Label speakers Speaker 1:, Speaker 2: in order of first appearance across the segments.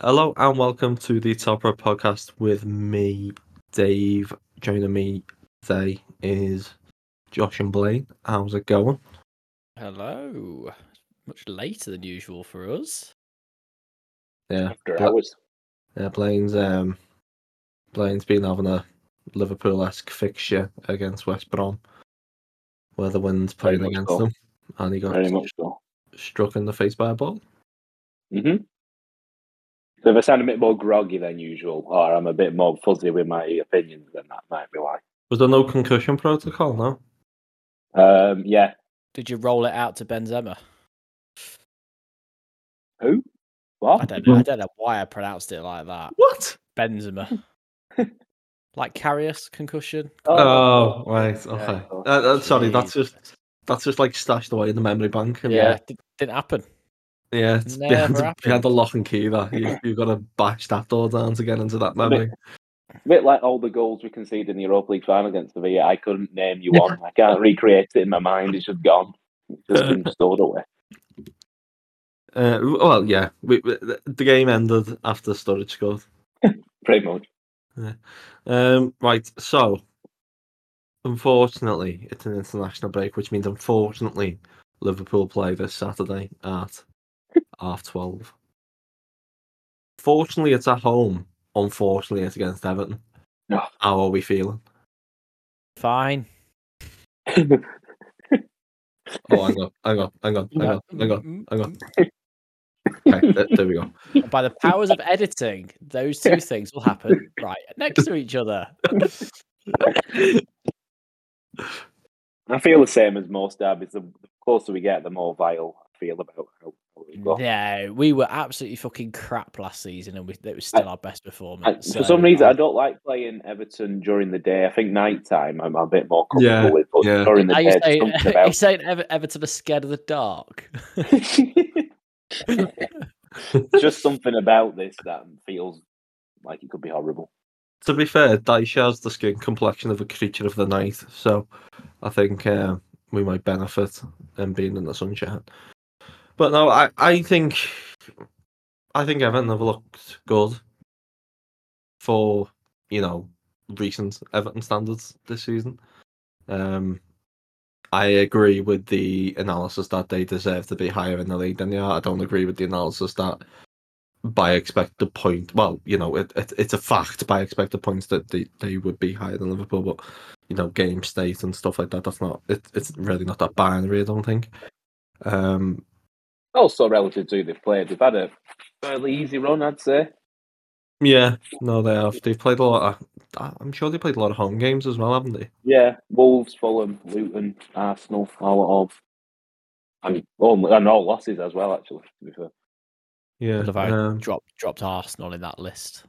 Speaker 1: Hello and welcome to the Top Rope Podcast with me, Dave. Joining me today is Josh and Blaine. How's it going?
Speaker 2: Hello. Much later than usual for us.
Speaker 1: Yeah,
Speaker 3: after
Speaker 1: But-
Speaker 3: hours.
Speaker 1: yeah. Blaine's um, Blaine's been having a Liverpool-esque fixture against West Brom, where the wind's
Speaker 3: Very
Speaker 1: playing
Speaker 3: much
Speaker 1: against
Speaker 3: so.
Speaker 1: them, and he got
Speaker 3: Very much so.
Speaker 1: struck in the face by a ball.
Speaker 3: hmm So if I sound a bit more groggy than usual, or I'm a bit more fuzzy with my opinions, then that might be why.
Speaker 1: Was there no concussion protocol? No.
Speaker 3: Um, yeah.
Speaker 2: Did you roll it out to Benzema?
Speaker 3: Who?
Speaker 2: I
Speaker 3: What?
Speaker 2: don't know. I don't know why I pronounced it like that.
Speaker 1: What?
Speaker 2: Benzema. like Carrius concussion.
Speaker 1: Oh, right. Okay.
Speaker 3: Yeah,
Speaker 1: Uh,
Speaker 3: oh,
Speaker 1: uh, sorry, that's
Speaker 2: Jesus.
Speaker 1: just that's just like stashed away in the memory bank. and-
Speaker 2: Yeah, Did, didn't happen.
Speaker 1: Yeah, it's
Speaker 2: Never
Speaker 1: behind, the,
Speaker 2: happened.
Speaker 1: behind the lock and key that you, you've got to bash that door down to get into that memory.
Speaker 3: A bit like all the goals we conceded in the Europa League final against Sevilla. I couldn't name you one. I can't recreate it in my mind. It's just gone. It's just been stored away.
Speaker 1: Uh, well, yeah, we, we, the the game ended after Sturridge scored.
Speaker 3: Pretty much.
Speaker 1: Um, right, so unfortunately, it's an international break, which means unfortunately Liverpool play this Saturday at half twelve. Fortunately, it's at home. Unfortunately, it's against Everton.
Speaker 3: Ah.
Speaker 1: How are we feeling?
Speaker 2: Fine.
Speaker 1: Oh, hang on, hang on, hang on, hang on, hang on, hang on. Okay, there, there we go.
Speaker 2: And Mm, by the powers of editing, those two things will happen right next to each other.
Speaker 3: I feel the same as most derbies. The the closer we get, the more vile I feel about how how we go.
Speaker 2: No, we were absolutely fucking crap last season, and we, it was still our best
Speaker 3: I,
Speaker 2: performance.
Speaker 3: for
Speaker 2: so
Speaker 3: some reason,
Speaker 2: I-
Speaker 3: uh, I don't like playing Everton during the day. I think night time I'm a bit more comfortable
Speaker 1: Yeah,
Speaker 3: with, but
Speaker 1: yeah.
Speaker 3: during the
Speaker 2: Are
Speaker 3: day,
Speaker 2: you
Speaker 3: there's
Speaker 2: saying,
Speaker 3: something
Speaker 2: are you
Speaker 3: about.
Speaker 2: saying Ever- Everton are scared of the dark?
Speaker 3: just something about this that feels like it could be horrible.
Speaker 1: to be fair, Daisha has the skin complexion of a creature of the night, so I think uh, we might benefit in being in the sunshine. But no, I, I think I think Everton have looked good for you know recent Everton standards this season. Um, I agree with the analysis that they deserve to be higher in the league than they are. I don't agree with the analysis that by expected point. Well, you know, it, it it's a fact by expected points that they, they would be higher than Liverpool, but you know, game state and stuff like that. That's not it, it's really not that binary. I don't think. Um,
Speaker 3: Also, relative to who they've played, they've had a fairly easy run, I'd say.
Speaker 1: yeah, no, they have. They've played a lot. Of, uh, I'm sure they played a lot of home games as well, haven't they?
Speaker 3: Yeah, Wolves, Fulham, Luton, Arsenal, all of, and only and all losses as well. Actually, to be fair.
Speaker 1: Yeah.
Speaker 2: Well, if I
Speaker 1: Um,
Speaker 2: dropped dropped Arsenal in that list.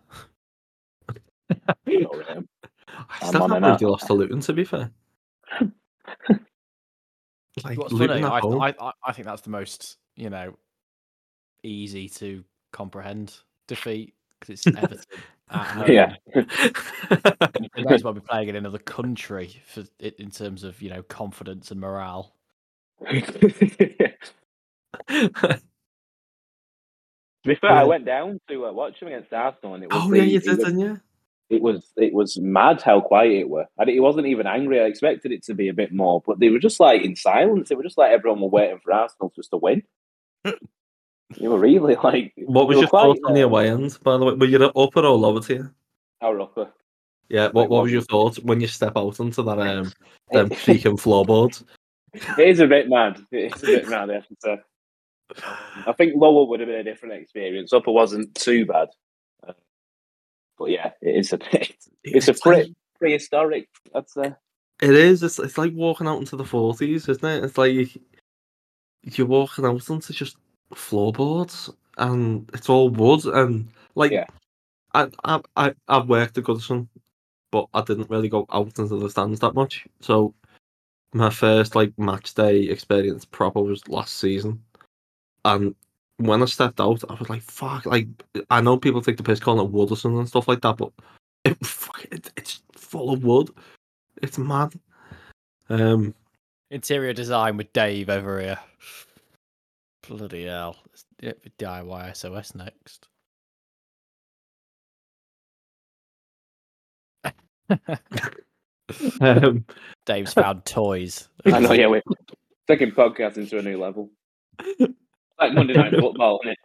Speaker 3: Don't rate 'em.
Speaker 1: I
Speaker 3: I'm
Speaker 1: still
Speaker 3: on
Speaker 1: can't
Speaker 3: an
Speaker 1: believe
Speaker 3: out.
Speaker 1: they lost to Luton. To be fair. Like,
Speaker 4: What's
Speaker 1: Luton
Speaker 4: funny,
Speaker 1: at
Speaker 4: I,
Speaker 1: home.
Speaker 4: I, I- I think that's the most, you know, easy to comprehend defeat because it's Everton.
Speaker 1: Ah,
Speaker 4: at home.
Speaker 3: Yeah.
Speaker 4: And They may as well be playing in another country for i- in terms of, you know, confidence and morale.
Speaker 3: to be fair,
Speaker 1: Yeah.
Speaker 3: I went down to uh, watch them against Arsenal, and it was
Speaker 1: oh
Speaker 3: the-
Speaker 1: yeah, you
Speaker 3: it
Speaker 1: did,
Speaker 3: was
Speaker 1: didn't you?
Speaker 3: it was it was mad how quiet it were. And it wasn't even angry. I expected it to be a bit more, but they were just like in silence. It was just like everyone were waiting for Arsenal just to win. you were really like
Speaker 1: What was
Speaker 3: they were
Speaker 1: your
Speaker 3: quite,
Speaker 1: thoughts on the
Speaker 3: uh,
Speaker 1: away end? By the way, were you upper or lower tier?
Speaker 3: our upper?
Speaker 1: Yeah, what, what
Speaker 3: what?
Speaker 1: was your thoughts when you step out onto that um them freaking floorboards?
Speaker 3: It is a bit mad. It is a bit mad, I have to say. I think lower would have been a different experience. Upper wasn't too bad. Uh, But yeah, it is a bit It's a
Speaker 1: like,
Speaker 3: pretty- prehistoric, I'd say.
Speaker 1: it is. It's it's like walking out into the forties, isn't it? It's like you're walking out onto just floorboards, and it's all wood, and like
Speaker 3: Yeah.
Speaker 1: I I I I've worked at Goodison, but I didn't really go out into the stands that much. So my first like match day experience proper was last season, and when I stepped out, I was like, "Fuck!" Like I know people take the piss calling it Wooderson and stuff like that, but it, fuck, it it's full of wood. It's mad. Um,
Speaker 2: Interior design with Dave over here. Bloody hell. It's- It'd be DIY SOS next.
Speaker 1: Um,
Speaker 2: Dave's found toys.
Speaker 3: I know, yeah, we're taking podcasting to a new level. Like Monday Night Football, isn't it?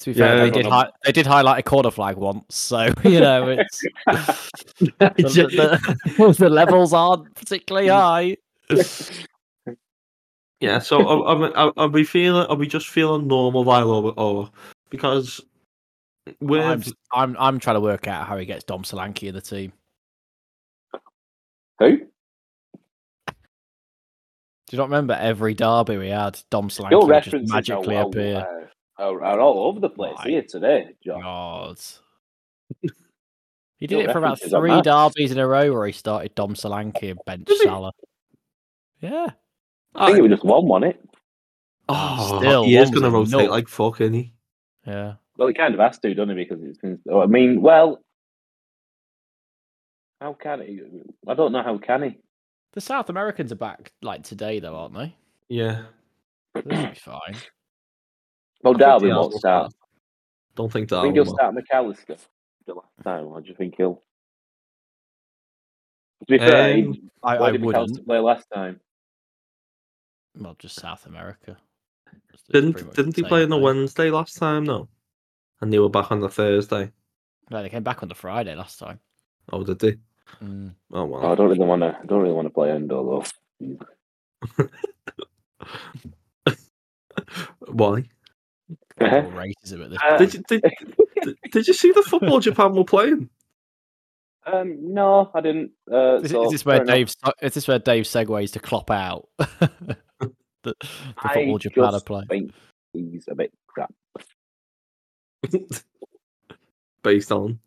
Speaker 2: To be fair,
Speaker 1: Yeah.
Speaker 2: they did hi- they did highlight a corner flag once, so you know it's the, the- the levels aren't particularly
Speaker 1: Mm.
Speaker 2: high.
Speaker 1: Yeah, so are, are, are- are we feeling? Are we just feeling normal while or, or because we're
Speaker 2: I'm, just- I'm I'm trying to work out how he gets Dom Solanke in the team.
Speaker 3: Who?
Speaker 2: Do you not remember every derby we had Dom Solanke
Speaker 3: Your
Speaker 2: would just
Speaker 3: references
Speaker 2: magically
Speaker 3: are, uh,
Speaker 2: appear?
Speaker 3: are, are all over the place
Speaker 2: Right.
Speaker 3: here today, John.
Speaker 2: God. He did
Speaker 3: Your
Speaker 2: it for about
Speaker 3: references are
Speaker 2: three
Speaker 3: mad.
Speaker 2: derbies in a row where he started Dom Solanke and bench
Speaker 1: Did he?
Speaker 2: Salah. Yeah.
Speaker 3: I think it was just one, wasn't it?
Speaker 1: oh,
Speaker 2: still,
Speaker 1: he is
Speaker 2: one was
Speaker 1: going to
Speaker 2: a
Speaker 1: rotate
Speaker 2: nut.
Speaker 1: like fuck, isn't he?
Speaker 2: Yeah.
Speaker 3: Well, he kind of has to, doesn't he? Because it's been, oh, I mean, well, how can he? I don't know how can he.
Speaker 2: The South Americans are back like today though, aren't they?
Speaker 1: Yeah,
Speaker 2: So They should be fine.
Speaker 3: Well,
Speaker 1: I think
Speaker 3: Darwin
Speaker 1: Diaz
Speaker 3: won't
Speaker 1: will
Speaker 3: start.
Speaker 1: Don't think
Speaker 3: I
Speaker 1: that.
Speaker 3: think he'll start McAllister the last time, or do you think he'll? To be fair, he-
Speaker 1: Um,
Speaker 2: I,
Speaker 3: where
Speaker 2: I
Speaker 3: did
Speaker 2: wouldn't.
Speaker 3: McAllister play last time?
Speaker 2: Well, just South America. It's pretty
Speaker 1: Didn't
Speaker 2: much
Speaker 1: didn't he
Speaker 2: same,
Speaker 1: play on the
Speaker 2: aren't they?
Speaker 1: Wednesday last time? No, and they were back on the Thursday.
Speaker 2: No, they came back on the Friday last time.
Speaker 1: Oh, did they?
Speaker 2: Mm.
Speaker 1: Oh
Speaker 3: Oh, I
Speaker 1: well.
Speaker 3: don't really want to. I don't really want to play Endo though.
Speaker 1: Why?
Speaker 2: It's
Speaker 3: Uh-huh.
Speaker 2: all racism at this
Speaker 3: Uh,
Speaker 1: Did you did, did, did you see the football Japan were playing?
Speaker 3: Um, no, I didn't. Uh,
Speaker 2: Is,
Speaker 3: so,
Speaker 2: is this where
Speaker 3: fair enough.
Speaker 2: Dave? se- Is this where Dave segues to clop out the, the
Speaker 3: I
Speaker 2: football Japan are
Speaker 3: just
Speaker 2: playing?
Speaker 3: think he's a bit crap.
Speaker 1: Based on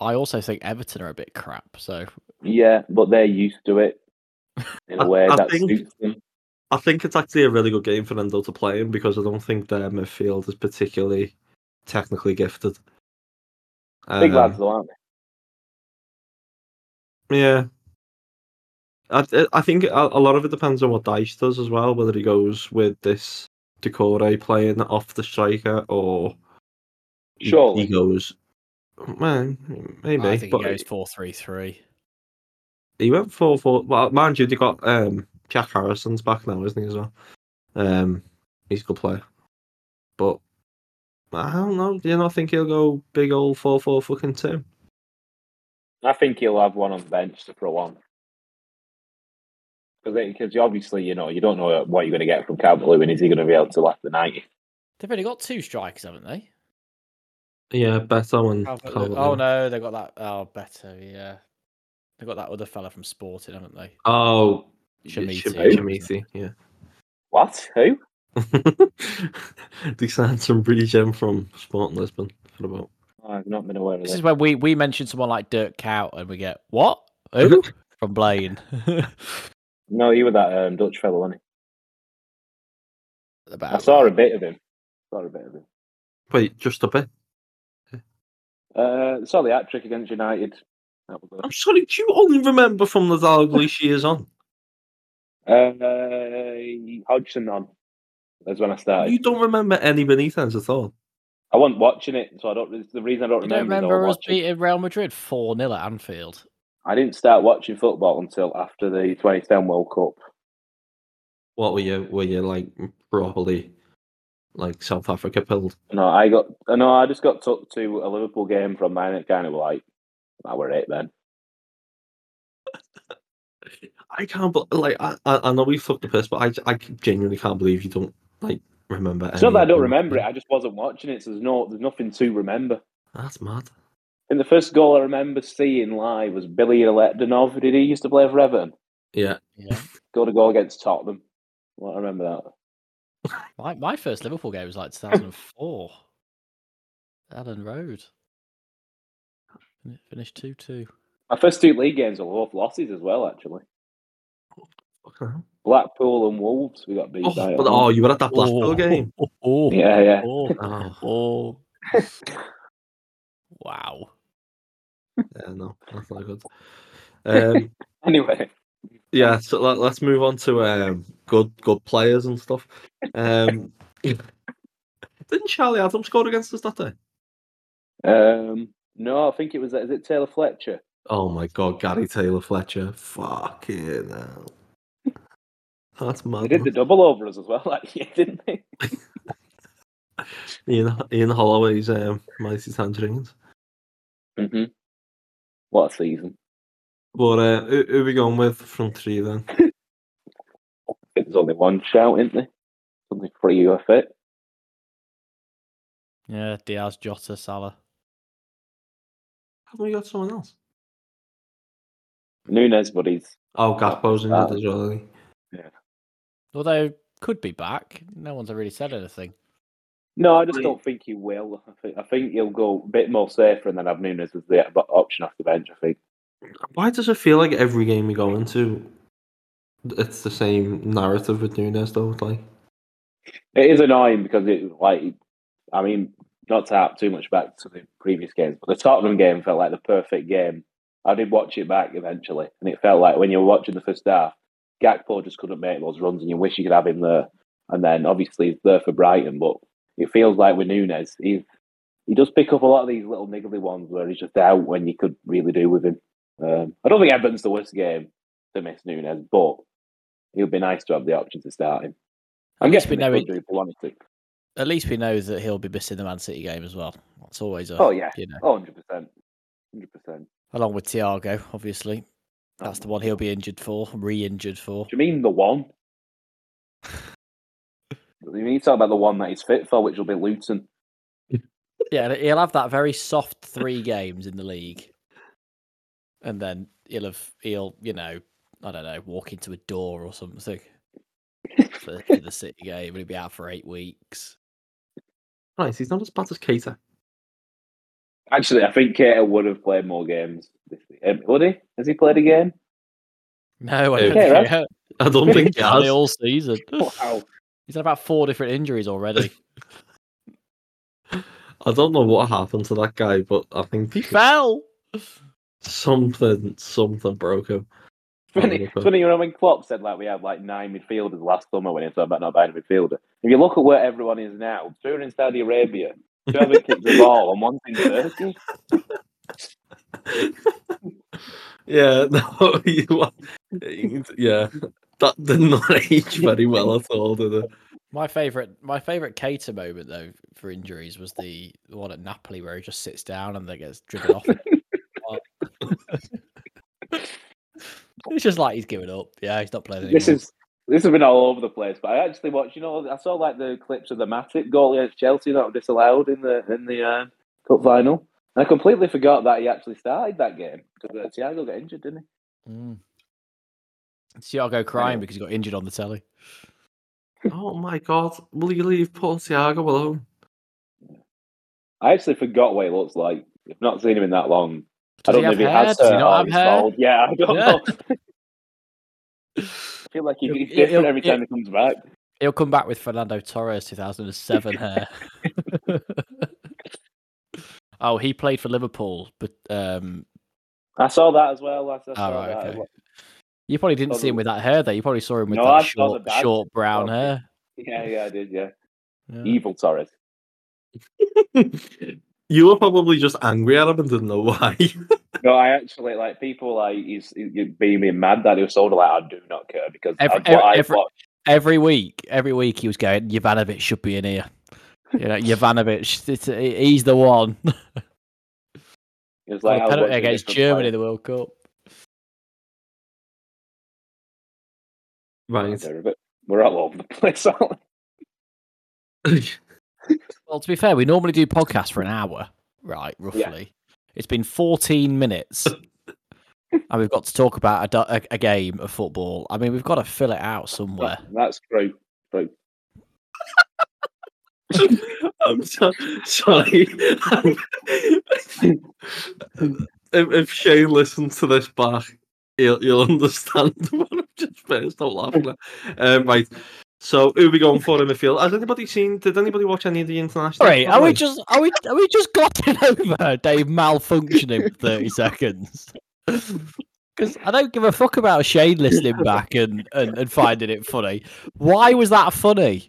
Speaker 2: I also think Everton are a bit crap. So
Speaker 3: Yeah, but they're used to it in
Speaker 1: I-
Speaker 3: a way
Speaker 1: I
Speaker 3: that
Speaker 1: think-
Speaker 3: suits them.
Speaker 1: I think it's actually a really good game for Endo to play in because I don't think their midfield is particularly technically gifted.
Speaker 3: Big
Speaker 1: Um,
Speaker 3: lads though, aren't
Speaker 1: Yeah. I, I- I think a, a lot of it depends on what Dice does as well, whether he goes with this Decore playing off the striker or
Speaker 3: they?
Speaker 1: he-
Speaker 3: Surely.
Speaker 1: he goes. Well, maybe,
Speaker 2: I think
Speaker 1: but
Speaker 2: he goes four three three.
Speaker 1: he went four four. Well, mind you, they got um, Jack Harrison's back now, isn't he as well? Um, he's a good player, but I don't know. Do you not think he'll go big old four four fucking two?
Speaker 3: I think he'll have one on the bench to throw on. Because obviously, you know, you don't know what you're going to get from Calvert and is he going to be able to last the 90?
Speaker 2: They've only got two strikers, haven't they?
Speaker 1: Yeah, Beto and
Speaker 2: Calvert-
Speaker 1: Calvert-Lewin.
Speaker 2: oh no, they got that. Oh, better, yeah. They got that other fella from Sporting, haven't they?
Speaker 1: Oh,
Speaker 2: Shemiti.
Speaker 1: Shemiti, yeah.
Speaker 3: What? Who?
Speaker 1: they signed some regen from Sporting Lisbon for about.
Speaker 3: Oh, I've not been aware of
Speaker 2: This
Speaker 3: this.
Speaker 2: is when we we mention someone like Dirk Cow and we get what? Who? from Blaine.
Speaker 3: No, you were that um, Dutch fellow, wasn't he? I
Speaker 2: About
Speaker 3: saw a bit of him. Saw a bit of him.
Speaker 1: Wait, just a bit.
Speaker 3: Uh, saw the hat trick against United. That was good.
Speaker 1: I'm sorry, do you only remember from the Dalglish years on?
Speaker 3: Uh, Hodgson on. That's when I started.
Speaker 1: You don't remember any Benitez at all.
Speaker 3: I wasn't watching it, so I don't. it's The reason I don't
Speaker 2: You
Speaker 3: remember,
Speaker 2: don't
Speaker 3: is I
Speaker 2: remember us
Speaker 3: wasn't watching.
Speaker 2: beating Real Madrid four 0 at Anfield.
Speaker 3: I didn't start watching football until after the 2010 World Cup.
Speaker 1: What were you? Were you like properly like South Africa pilled?
Speaker 3: No, I got no. I just got took to a Liverpool game from mine. It kind of like that were it then.
Speaker 1: I can't. bel like I, I, I know we fucked the piss, but I, I genuinely can't believe you don't like remember.
Speaker 3: It's not that I don't
Speaker 1: anything.
Speaker 3: remember it. I just wasn't watching it. So there's no, there's nothing to remember.
Speaker 1: That's mad.
Speaker 3: And the first goal I remember seeing live was Billy Letdonov. Did he used to play for Everton?
Speaker 1: Yeah.
Speaker 2: Yeah.
Speaker 3: Got a goal against Tottenham. Well, I remember that.
Speaker 2: my my first Liverpool game was like two thousand and four. Allen Road. And it Finished two two.
Speaker 3: My first two league games were both losses as well. Actually,
Speaker 1: Fucking hell.
Speaker 3: Blackpool and Wolves. We got beat
Speaker 1: Oh,
Speaker 3: by.
Speaker 1: but, oh, you were at that Blackpool
Speaker 2: Oh,
Speaker 1: game.
Speaker 2: Oh, oh,
Speaker 3: yeah, yeah.
Speaker 2: oh,
Speaker 1: Oh,
Speaker 2: oh. wow.
Speaker 1: yeah, no, that's not good. Um,
Speaker 3: Anyway,
Speaker 1: yeah, so let, let's move on to um, good good players and stuff. Um, didn't Charlie Adams score against us that day?
Speaker 3: um, No, I think it was. Is it Taylor Fletcher?
Speaker 1: Oh my god, Gary Taylor Fletcher. Fucking hell. That's
Speaker 3: They
Speaker 1: mad.
Speaker 3: did the
Speaker 1: man.
Speaker 3: double over us as well that year, didn't they?
Speaker 1: Ian, Ian Holloway's um, Mighty Tangerines.
Speaker 3: Mm-hmm. What a season!
Speaker 1: But uh, who, who we going with from three then?
Speaker 3: There's only one shout, isn't there? Something free UFA.
Speaker 2: Yeah, Diaz, Jota, Salah.
Speaker 1: Haven't we got someone else?
Speaker 3: Nunes, but he's
Speaker 1: Oh, Gakpo's in it
Speaker 3: Uh,
Speaker 1: as well. isn't he?
Speaker 2: Although could be back. No one's really said anything.
Speaker 3: no. I just
Speaker 1: Right.
Speaker 3: don't think he will. I think, I think he'll go a bit more safer and then have Nunes as the op- option off the bench. I think.
Speaker 1: Why does it feel like every game we go into, it's the same narrative with Nunes though? Like,
Speaker 3: It is annoying because it like I mean, not to harp too much back to the previous games, but the Tottenham game felt like the perfect game. I did watch it back eventually, and it felt like when you were watching the first half, Gakpo just couldn't make those runs, and you wish you could have him there. And then obviously he's there for Brighton, but it feels like with Nunes, he he does pick up a lot of these little niggly ones where he's just out when you could really do with him. Um, I don't think Everton's the worst game to miss Nunes, but it would be nice to have the option to start him. I'm
Speaker 2: At least
Speaker 3: guessing
Speaker 2: we know
Speaker 3: they
Speaker 2: he-
Speaker 3: could do, but honestly.
Speaker 2: At least we know that he'll be missing the Man City game as well. That's always a
Speaker 3: Oh yeah,
Speaker 2: you know,
Speaker 3: Oh, 100 percent, hundred percent.
Speaker 2: along with Thiago, obviously. That's the one he'll be injured for, re-injured for.
Speaker 3: Do you mean the one? you mean you talk about the one that he's fit for, which will be Luton?
Speaker 2: Yeah, he'll have that very soft three games in the league, and then he'll have he'll you know I don't know walk into a door or something for, for the City game, and he'll be out for eight weeks.
Speaker 1: right, he's not as bad as Keita.
Speaker 3: Actually, I think Cater would have played more games. This um, would he? Has he played a game?
Speaker 2: No, I
Speaker 1: Yeah,
Speaker 2: don't think
Speaker 3: right?
Speaker 2: he has.
Speaker 1: I don't think he
Speaker 2: He's had it
Speaker 1: has.
Speaker 2: all season. He's had about four different injuries already.
Speaker 1: I don't know what happened to that guy, but I think
Speaker 2: he fell.
Speaker 1: something something broke him.
Speaker 3: Funny, it's funny, you know when Klopp said like we had like nine midfielders last summer when he talked about not buying a midfielder. If you look at where everyone is now, two are in Saudi Arabia, two have kicked the ball, and one's in Turkey.
Speaker 1: Yeah, no, you, yeah, that did not age very well at all, did it?
Speaker 2: My favorite, my favorite Cater moment though for injuries was the the one at Napoli where he just sits down and then gets driven off. it's just like he's given up. Yeah, he's not playing anymore.
Speaker 3: This is this has been all over the place, but I actually watched. You know, I saw like the clips of the Matip goal against Chelsea that were disallowed in the in the uh, cup final, and I completely forgot that he actually started that game because uh, Thiago got injured, didn't
Speaker 2: Mm. Thiago crying because he got injured on the telly.
Speaker 1: Oh my god, will you leave Paul Thiago alone?
Speaker 3: he? I actually forgot what he looks like. I've not seen him in that long.
Speaker 2: Does
Speaker 3: I
Speaker 2: he
Speaker 3: don't
Speaker 2: have
Speaker 3: know if
Speaker 2: hair?
Speaker 3: he has
Speaker 2: Does he
Speaker 3: hair
Speaker 2: not
Speaker 3: or
Speaker 2: have
Speaker 3: he's
Speaker 2: hair?
Speaker 3: bald. Yeah, I don't
Speaker 2: Yeah.
Speaker 3: know. I feel like he,
Speaker 2: He'll-
Speaker 3: he's
Speaker 2: he'll-
Speaker 3: different every
Speaker 2: he'll-
Speaker 3: time he comes back.
Speaker 2: He'll come back with Fernando Torres 2007 hair. oh, he played for Liverpool, but um,
Speaker 3: I saw that as well. I, I saw
Speaker 2: Ah, right,
Speaker 3: that as
Speaker 2: okay.
Speaker 3: well.
Speaker 2: you probably didn't
Speaker 3: Saw
Speaker 2: see him
Speaker 3: the-
Speaker 2: with that hair. There, you probably saw him with
Speaker 3: No, I
Speaker 2: that
Speaker 3: saw the
Speaker 2: short,
Speaker 3: badge.
Speaker 2: short brown
Speaker 3: Oh,
Speaker 2: hair.
Speaker 3: Yeah, yeah, I did. Yeah,
Speaker 2: Yeah.
Speaker 3: evil Torres.
Speaker 1: you were probably just angry at him and didn't know why.
Speaker 3: No, I actually like people like he's, he's beaming mad that he was sold. Like I do not care because
Speaker 2: Every-
Speaker 3: that's what I
Speaker 2: every-
Speaker 3: watch.
Speaker 2: every week, every week he was going, Jovanovic should be in here. You know, Jovanovic, it's, he's the one.
Speaker 3: It was
Speaker 2: Got a
Speaker 3: like I was
Speaker 2: penalty
Speaker 3: watching
Speaker 2: against
Speaker 3: different
Speaker 2: Germany in
Speaker 3: players.
Speaker 2: the World Cup.
Speaker 1: right.
Speaker 3: They're a bit- We're all over the place. aren't we?
Speaker 2: Well, to be fair, we normally do podcasts for an hour, right? Roughly, it's been 14 minutes, and we've got to talk about a, do- a, a game of football. I mean, we've got to fill it out somewhere.
Speaker 3: That's true.
Speaker 1: I'm so, sorry. if, if Shane listens to this back, he'll, you'll understand what I've just finished. Stop laughing. At. Um, right. So, who are we going for in midfield? Has anybody seen? Did anybody watch any of the international?
Speaker 2: Sorry, are we just are we are we just glossing over Dave malfunctioning for 30 seconds? Because I don't give a fuck about Shane listening back and, and, and finding it funny. Why was that funny?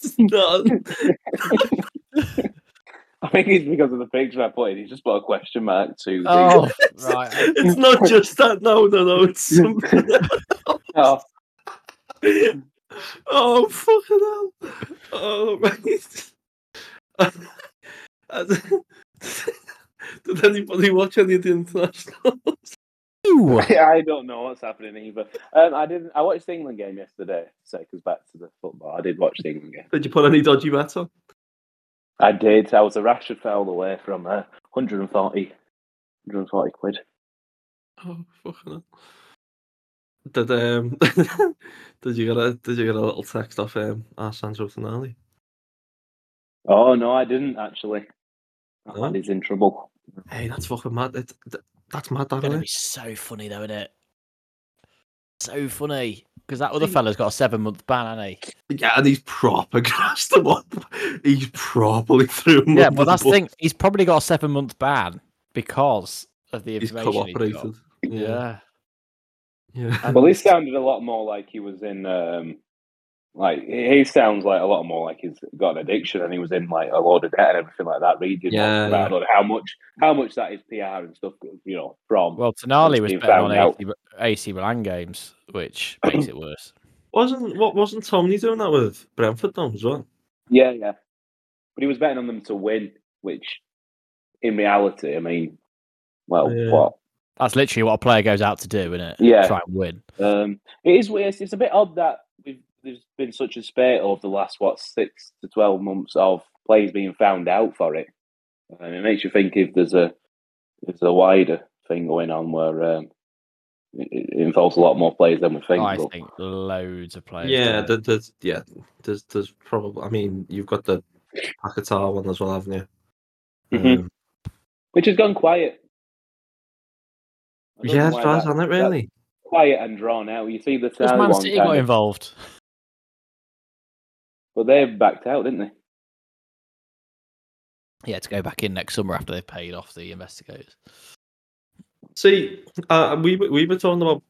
Speaker 1: just No,
Speaker 3: I think it's because of the picture I put in. He's just put a question mark to. the-
Speaker 4: Oh, right.
Speaker 1: it's not just that. No, no, no. It's something.
Speaker 3: Oh,
Speaker 1: oh fucking hell! Oh right. Did anybody watch any of the internationals?
Speaker 3: I don't know what's happening either. Um, I didn't. I watched the England game yesterday. So it goes back to the football. I did watch the England game.
Speaker 1: Did you put any dodgy bets on?
Speaker 3: I did. I was a Rashford foul away from uh, 140, 140 quid.
Speaker 1: Oh fucking hell! Did um did you get a did you get a little text off um Alessandro Tonali?
Speaker 3: Oh no, I didn't actually. That
Speaker 1: No?
Speaker 3: man is in trouble.
Speaker 1: Hey, that's fucking mad. It's, th- that's mad, that
Speaker 2: Gonna
Speaker 1: isn't
Speaker 2: be
Speaker 1: it?
Speaker 2: so funny though, isn't it? So funny because that other fella's got a seven month ban, hasn't he?
Speaker 1: Yeah, and he's proper grassed him up. He's properly through. him
Speaker 2: Yeah,
Speaker 1: under
Speaker 2: but that's the
Speaker 1: bus.
Speaker 2: thing. He's probably got a seven month ban because of the
Speaker 1: He's
Speaker 2: information he's got.
Speaker 1: cooperated. Yeah,
Speaker 2: Yeah.
Speaker 1: yeah.
Speaker 3: Well, this sounded a lot more like he was in. Um, like he sounds like a lot more like he's got an addiction and he was in like a load of debt and everything like that. Reading,
Speaker 1: Yeah,
Speaker 3: I don't know how much how much that is PR and stuff. You know, from
Speaker 2: Well, Tonali was
Speaker 3: been
Speaker 2: betting on
Speaker 3: found out.
Speaker 2: AC, Mil- AC Milan games, which makes it worse.
Speaker 1: Wasn't what wasn't Tomney doing that with Brentford though as well?
Speaker 3: yeah, yeah. But he was betting on them to win, which in reality, I mean, well,
Speaker 1: Yeah.
Speaker 3: what
Speaker 2: That's literally what a player goes out to do, isn't it?
Speaker 3: Yeah.
Speaker 2: Try and win.
Speaker 3: Um, it is weird. It's a bit odd that we've, there's been such a spate over the last what six to twelve months of players being found out for it. And it makes you think if there's a there's a wider thing going on where um, it, it involves a lot more players than we think.
Speaker 2: Oh, I
Speaker 3: but-
Speaker 2: think loads of players.
Speaker 1: Yeah,
Speaker 2: do
Speaker 3: uh,
Speaker 2: it.
Speaker 1: there- there's yeah, there's there's probably. I mean, you've got the Pacatar one as well, haven't you?
Speaker 3: Mhm.
Speaker 1: Um,
Speaker 3: which has gone quiet. I don't
Speaker 1: yeah,
Speaker 3: know
Speaker 1: it's
Speaker 3: why
Speaker 1: bad,
Speaker 3: that-
Speaker 1: hasn't it? Really?
Speaker 3: quiet and drawn out. You see the
Speaker 2: Because
Speaker 3: Tonali
Speaker 2: Man
Speaker 3: one,
Speaker 2: City
Speaker 3: kind
Speaker 2: got
Speaker 3: of-
Speaker 2: involved.
Speaker 3: but they backed out, didn't they?
Speaker 2: Yeah, to go back in next summer after they've paid off the investigators.
Speaker 1: See, uh, we were- we were talking about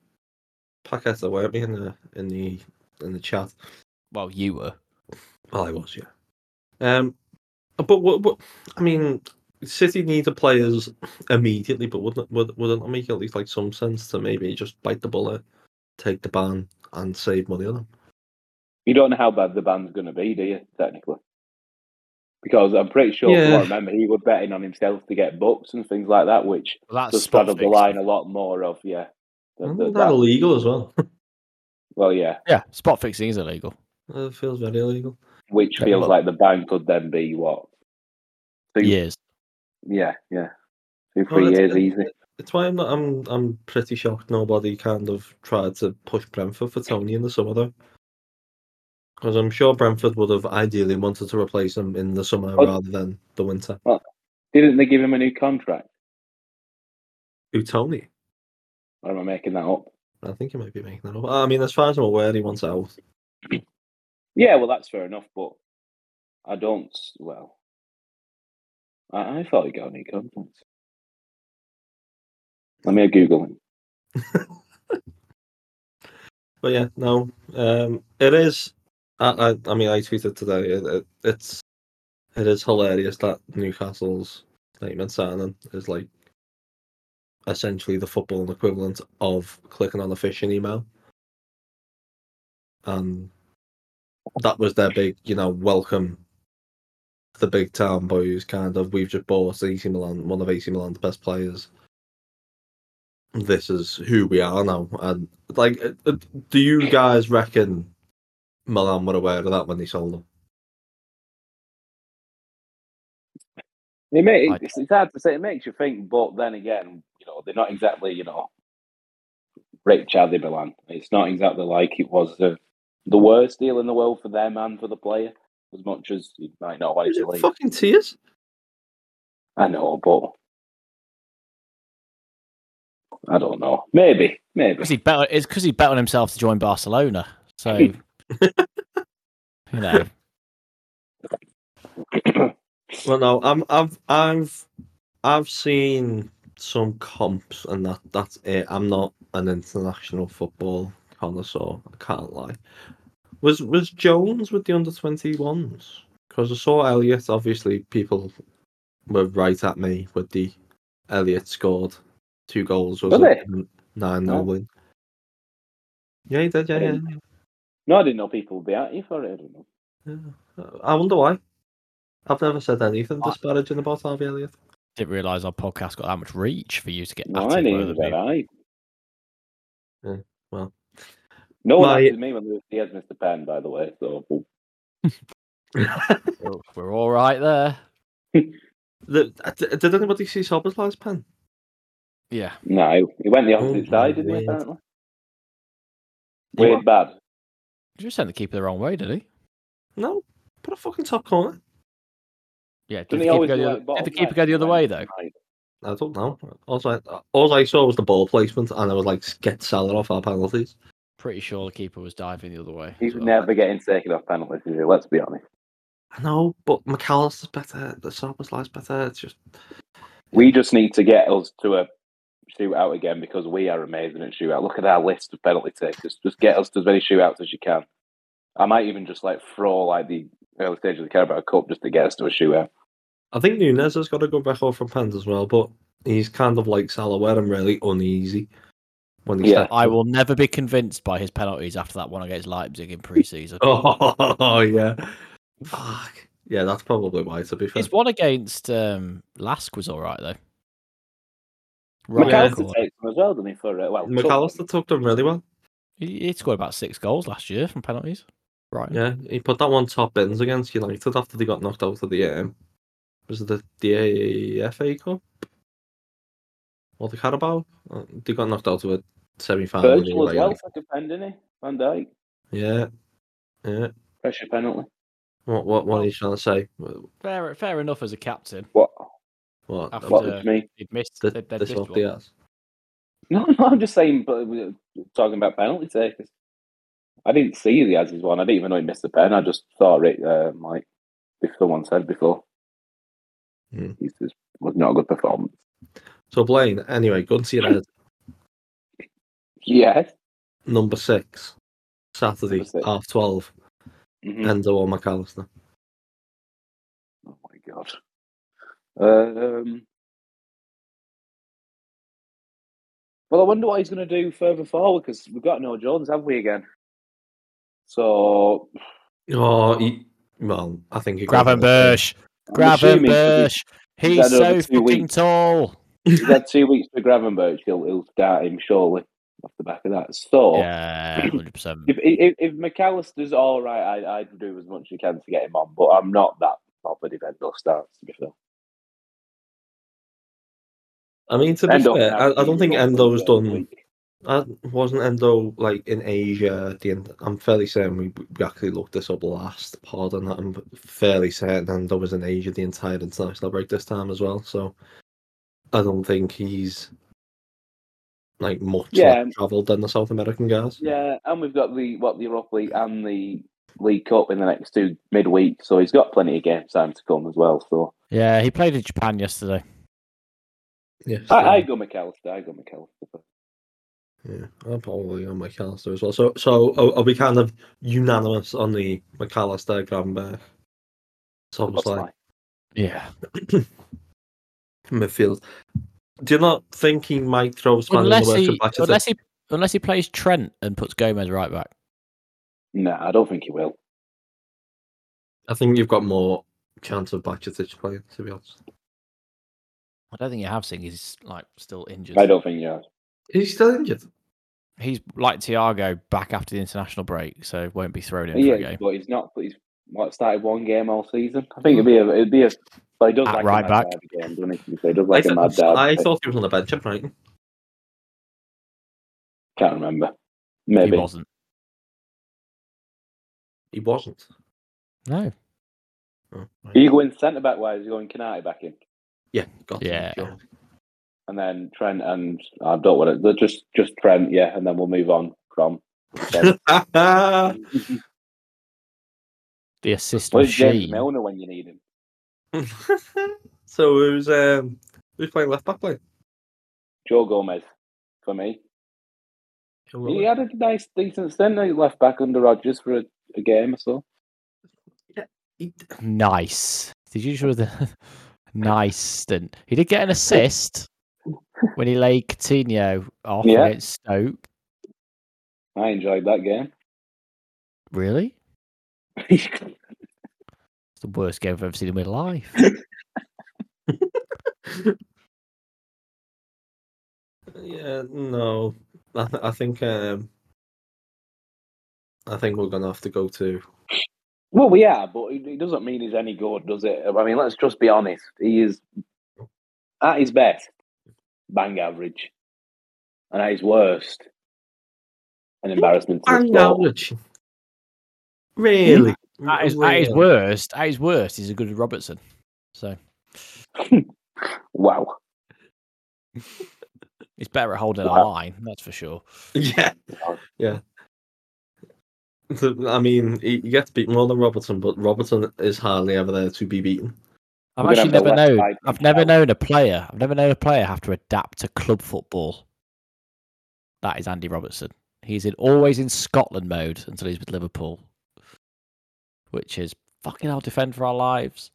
Speaker 1: Paqueta, weren't we, in the in the in the chat?
Speaker 2: Well, you were.
Speaker 1: Well, I was, yeah. Um, but what, what I mean, City need the players immediately, but wouldn't would, wouldn't it make at least like some sense to maybe just bite the bullet, take the ban, and save money on them?
Speaker 3: You don't know how bad the band's going to be, do you? Technically, because I'm pretty sure,
Speaker 1: Yeah.
Speaker 3: from what I remember, he was betting on himself to get books and things like that, which
Speaker 2: Well, that's
Speaker 3: does
Speaker 2: spot
Speaker 3: stand up the
Speaker 2: fixing.
Speaker 3: line a lot more of. Yeah, The-
Speaker 1: Isn't
Speaker 3: the-
Speaker 1: that,
Speaker 3: that-
Speaker 1: Mm-hmm. illegal as well?
Speaker 3: well, yeah,
Speaker 2: Yeah, spot fixing is illegal.
Speaker 1: it feels very illegal.
Speaker 3: which
Speaker 2: Yeah,
Speaker 3: feels
Speaker 2: but-
Speaker 3: like the ban could then be what? Two-
Speaker 2: Years.
Speaker 3: yeah, yeah, two,
Speaker 1: Well,
Speaker 3: three
Speaker 1: that's
Speaker 3: years
Speaker 1: good.
Speaker 3: easy.
Speaker 1: It's why I'm not, I'm I'm pretty shocked nobody kind of tried to push Brentford for Tony in the summer though. Because I'm sure Brentford would have ideally wanted to replace him in the summer
Speaker 3: Oh.
Speaker 1: rather than the winter.
Speaker 3: Didn't they give him a new contract?
Speaker 1: Who Tony?
Speaker 3: Or am I making that up?
Speaker 1: I think he might be making that up. I mean, as far as I'm aware, he wants out.
Speaker 3: Yeah, well, that's fair enough, but I don't. s- Well, I, I thought he got a new contract. Let me Google him.
Speaker 1: But yeah, no, um, it is. I, I, I mean, I tweeted today. It, it, it's it is hilarious that Newcastle's statement signing is like essentially the football equivalent of clicking on a phishing email, and that was their big, you know, welcome the big town boys kind of. We've just bought AC Milan, one of AC Milan's best players. This is who we are now, and like, uh, uh, do you guys reckon Milan were aware of that when they sold him?
Speaker 3: It may,
Speaker 2: Like-
Speaker 3: it's, it's hard to say. It makes you think, but then again, you know, they're not exactly, you know, rich are they, Milan? It's not exactly like it was the the worst deal in the world for them and for the player, as much as you might not want
Speaker 1: Is
Speaker 3: to
Speaker 1: it
Speaker 3: leave.
Speaker 1: fucking tears?
Speaker 3: I know, but I don't know. Maybe, maybe.
Speaker 2: Because he bet. It's because he bet on himself to join Barcelona. So, you know,
Speaker 1: Well, no, I'm, I've, I've, I've seen some comps, and that that's it. I'm not an international football connoisseur. I can't lie, Was was Jones with the under twenty ones? Because I saw Elliot. Obviously, people were right at me with the Elliot scored two goals. Was
Speaker 3: Did
Speaker 1: it? Nine
Speaker 3: Oh.
Speaker 1: nil win. Yeah, he did. Yeah, yeah,
Speaker 3: No, I didn't know people would be at you for it. I don't know.
Speaker 1: yeah. I wonder why. I've never said anything disparaging about Harvey Elliott.
Speaker 2: Didn't realise our podcast got that much reach for you to get
Speaker 3: No,
Speaker 2: at
Speaker 3: I
Speaker 2: it by
Speaker 3: neither
Speaker 2: other
Speaker 3: did
Speaker 2: people.
Speaker 3: I.
Speaker 1: Yeah, well.
Speaker 3: No one
Speaker 1: My-
Speaker 3: answered me when he has Mr. Penn, by the way. So
Speaker 2: We're, we're all right there.
Speaker 1: The, uh, d- did anybody see Sober's last pen?
Speaker 2: Yeah.
Speaker 3: no, he went the opposite
Speaker 1: Oh,
Speaker 3: side, didn't
Speaker 1: weird.
Speaker 3: he? Apparently,
Speaker 2: He
Speaker 3: weird bad.
Speaker 2: Did you send the keeper the wrong way, did he?
Speaker 1: No, put a fucking top corner.
Speaker 2: Yeah. Did
Speaker 3: Didn't
Speaker 2: the
Speaker 3: he
Speaker 2: keeper,
Speaker 3: always
Speaker 2: go
Speaker 3: do
Speaker 2: the,
Speaker 3: that
Speaker 2: other,
Speaker 3: bottom
Speaker 2: did the keeper
Speaker 3: right,
Speaker 2: go the other
Speaker 3: right?
Speaker 2: way, though?
Speaker 3: Right.
Speaker 1: I don't know. All I, all I saw was the ball placement, and I was like, get Salah off our penalties.
Speaker 2: Pretty sure the keeper was diving the other way.
Speaker 3: He's
Speaker 2: as well.
Speaker 3: never getting taken off penalties. Is he? Let's be honest.
Speaker 1: I know, but McAllister's better. The Sober's life's better. It's just
Speaker 3: We just need to get us to a shootout again because we are amazing at shootout. Look at our list of penalty takers. Just get us to as many shootouts as you can. I might even just like throw like the early stage of the Carabao Cup just to get us to a shootout.
Speaker 1: I think Nunes has got a good record from pens as well, but he's kind of like Salah, where I'm really uneasy when he
Speaker 3: Yeah,
Speaker 1: steps
Speaker 2: I
Speaker 1: up.
Speaker 2: will never be convinced by his penalties after that one against Leipzig in pre-season.
Speaker 1: Oh yeah, fuck yeah. That's probably why. To be fair,
Speaker 2: His one against um, Lask was all right though. Right,
Speaker 3: McAllister
Speaker 2: McAllister.
Speaker 3: takes them as well, doesn't he? For uh, well, Tuck-
Speaker 1: McAllister took them really well.
Speaker 2: He, he scored about six goals last year from penalties. Right.
Speaker 1: Yeah, he put that one top bins against United after they got knocked out of the um, was it the the FA Cup or the Carabao? Uh, They got knocked out of a semi final.
Speaker 3: Virgil as well for defending he Van Dijk
Speaker 1: Yeah, yeah.
Speaker 3: pressure penalty.
Speaker 1: What what what are you trying to say?
Speaker 2: Fair, fair enough as a captain.
Speaker 3: What?
Speaker 1: What?
Speaker 2: After-
Speaker 3: What
Speaker 1: the,
Speaker 2: uh,
Speaker 3: did me?
Speaker 2: He'd missed.
Speaker 1: the,
Speaker 2: they'd- they'd
Speaker 1: the
Speaker 2: missed
Speaker 1: sort
Speaker 2: one.
Speaker 1: the ass.
Speaker 3: No, no, I'm just saying. But we're talking about penalty takers, I didn't see the Aziz one. I didn't even know he missed the pen. I just thought it, uh, like if someone said before,
Speaker 1: Hmm.
Speaker 3: He says was not a good performance.
Speaker 1: So Blaine, anyway, gun to your head.
Speaker 3: Yes.
Speaker 1: Number six, Saturday
Speaker 3: Number six.
Speaker 1: half 12
Speaker 3: Mhm.
Speaker 1: Endo or McAllister.
Speaker 3: Oh my god. Um. Well, I wonder what he's going to do further forward because we've got no Jones, have we again? So
Speaker 1: Oh, he, well, I think he got it.
Speaker 2: Gravenberch.
Speaker 3: I'm assuming-
Speaker 2: Gravenberch.
Speaker 3: he's
Speaker 2: He's
Speaker 3: had over
Speaker 2: so
Speaker 3: two
Speaker 2: fucking
Speaker 3: weeks.
Speaker 2: tall.
Speaker 3: He's had two weeks for Gravenberch. He'll, he'll start him surely off the back of that. So
Speaker 2: Yeah, hundred percent.
Speaker 3: if, if if McAllister's all right, I, I'd do as much as I can to get him on. But I'm not that bothered if Endo starts. To be fair,
Speaker 1: I mean, to be
Speaker 3: Endo
Speaker 1: fair,
Speaker 3: can
Speaker 1: I,
Speaker 3: have
Speaker 1: I don't
Speaker 3: two
Speaker 1: think
Speaker 3: goals
Speaker 1: Endo's
Speaker 3: in a
Speaker 1: done.
Speaker 3: week.
Speaker 1: I wasn't Endo like in Asia at the end. I'm fairly certain we, we actually looked this up last pod, and I'm fairly certain Endo was in Asia the entire international break this time as well. So I don't think he's like much
Speaker 3: Yeah.
Speaker 1: less travelled than the South American guys.
Speaker 3: Yeah, and we've got the what the Europa League and the League Cup in the next two midweek, so he's got plenty of game time to come as well. So
Speaker 2: Yeah, he played in Japan yesterday.
Speaker 1: Yeah,
Speaker 3: I, I go McAllister. I go McAllister.
Speaker 1: yeah, I'm probably on McAllister as well. So, so are, are we kind of unanimous on the McAllister Gravenberg? So
Speaker 3: What's
Speaker 1: like,
Speaker 3: mine?
Speaker 2: Yeah.
Speaker 1: midfield. Do you not think he might throw Span in the
Speaker 2: Unless
Speaker 1: works
Speaker 2: he,
Speaker 1: of Bacchus?
Speaker 2: unless he, unless he plays Trent and puts Gomez right back.
Speaker 3: Nah, I don't think he will.
Speaker 1: I think you've got more chance of Bacitic playing, to be honest.
Speaker 2: I don't think you have seen he's like still injured.
Speaker 3: I don't think he has.
Speaker 1: Is he still injured?
Speaker 2: He's like Tiago back after the international break, so won't be thrown in for a
Speaker 3: Yeah,
Speaker 2: game.
Speaker 3: but he's not. but He's what, started one game all season. I
Speaker 1: Hmm.
Speaker 3: think it'd be a. It'd be a. But he does
Speaker 2: At
Speaker 3: like
Speaker 2: right
Speaker 3: a mad
Speaker 2: back.
Speaker 3: derby game, doesn't he? So he does like
Speaker 1: I,
Speaker 3: a mad
Speaker 1: thought-
Speaker 3: dad.
Speaker 1: I
Speaker 3: I
Speaker 1: thought he was on the bench at Brighton.
Speaker 3: can't remember.
Speaker 2: He
Speaker 3: Maybe.
Speaker 2: wasn't.
Speaker 1: He wasn't.
Speaker 2: No.
Speaker 1: Oh, right.
Speaker 3: Are you going centre back wise? Are you going Canati back in,
Speaker 1: Yeah, got to,
Speaker 2: Yeah.
Speaker 1: sure.
Speaker 3: and then Trent and I don't want to just just Trent, yeah, and then we'll move on from. Trent.
Speaker 2: The assist
Speaker 3: Where's James
Speaker 2: machine.
Speaker 3: Milner when you need him?
Speaker 1: so who's um who's playing left back play?
Speaker 3: Joe Gomez for me. He had a nice, decent stint at left back under Rodgers for a, a game or so.
Speaker 2: Nice. Did you show the nice stint? He did get an assist when he laid Coutinho off
Speaker 3: Yeah.
Speaker 2: against Stoke.
Speaker 3: I enjoyed that game.
Speaker 2: Really? It's the worst game I've ever seen in my life.
Speaker 1: Yeah, no, I, th- I think um, I think we're gonna have to go to.
Speaker 3: well, we are, but it it doesn't mean he's any good, does it? I mean, let's just be honest. He is at his best, bang average, and at his worst, an embarrassment. To the squad.
Speaker 1: Really?
Speaker 2: At his, at his worst, at his worst, he's as good as Robertson. So
Speaker 3: Wow.
Speaker 2: he's better at holding a
Speaker 3: Wow.
Speaker 2: line, that's for sure.
Speaker 1: Yeah, yeah. So, I mean, he he gets beaten more than Robertson, but Robertson is hardly ever there to be beaten.
Speaker 2: I've
Speaker 3: We're
Speaker 2: actually
Speaker 3: gonna have the
Speaker 2: never
Speaker 3: left
Speaker 2: known.
Speaker 3: side
Speaker 2: I've
Speaker 3: kicked
Speaker 2: never
Speaker 3: out.
Speaker 2: known a player. I've never known a player have to adapt to club football. That is Andy Robertson. He's in always in Scotland mode until he's with Liverpool, which is fucking. I'll defend for our lives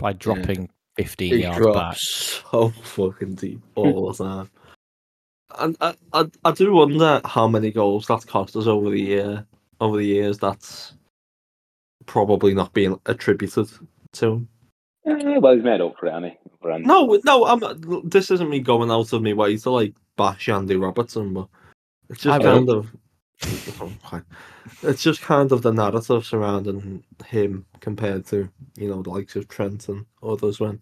Speaker 2: by dropping fifteen
Speaker 1: He
Speaker 2: yards back.
Speaker 1: drops so fucking deep all the time. And I, I, I do wonder how many goals that's cost us over the year, over the years. That's probably not being attributed to him.
Speaker 3: Eh, well, he's made up for it, hasn't he? For Andy.
Speaker 1: No, no, I'm. This isn't me going out of my way to like bash Andy Robertson, but it's just
Speaker 2: I will.
Speaker 1: kind of. Okay. It's just kind of the narrative surrounding him compared to you know the likes of Trent and others. When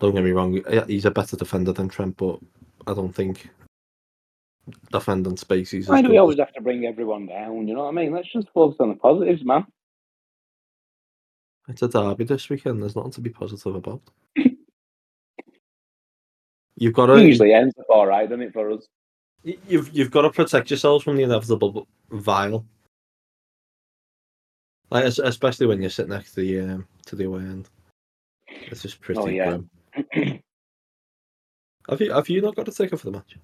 Speaker 1: don't get me wrong, yeah, he's a better defender than Trent, but I don't think defending space he's. as
Speaker 3: Why do
Speaker 1: good
Speaker 3: we
Speaker 1: as-
Speaker 3: always have to bring everyone down? You know what I mean? Let's just focus on the positives, man.
Speaker 1: It's a derby this weekend. There's nothing to be positive about. You've got
Speaker 3: It
Speaker 1: to
Speaker 3: usually ends up all right, doesn't it, for us?
Speaker 1: Y- You've you've got to protect yourselves from the inevitable vile. Like es- especially when you're sitting next to the um, to the away end. This is pretty.
Speaker 3: Oh, yeah.
Speaker 1: grim. have you have you not got a ticket for the match?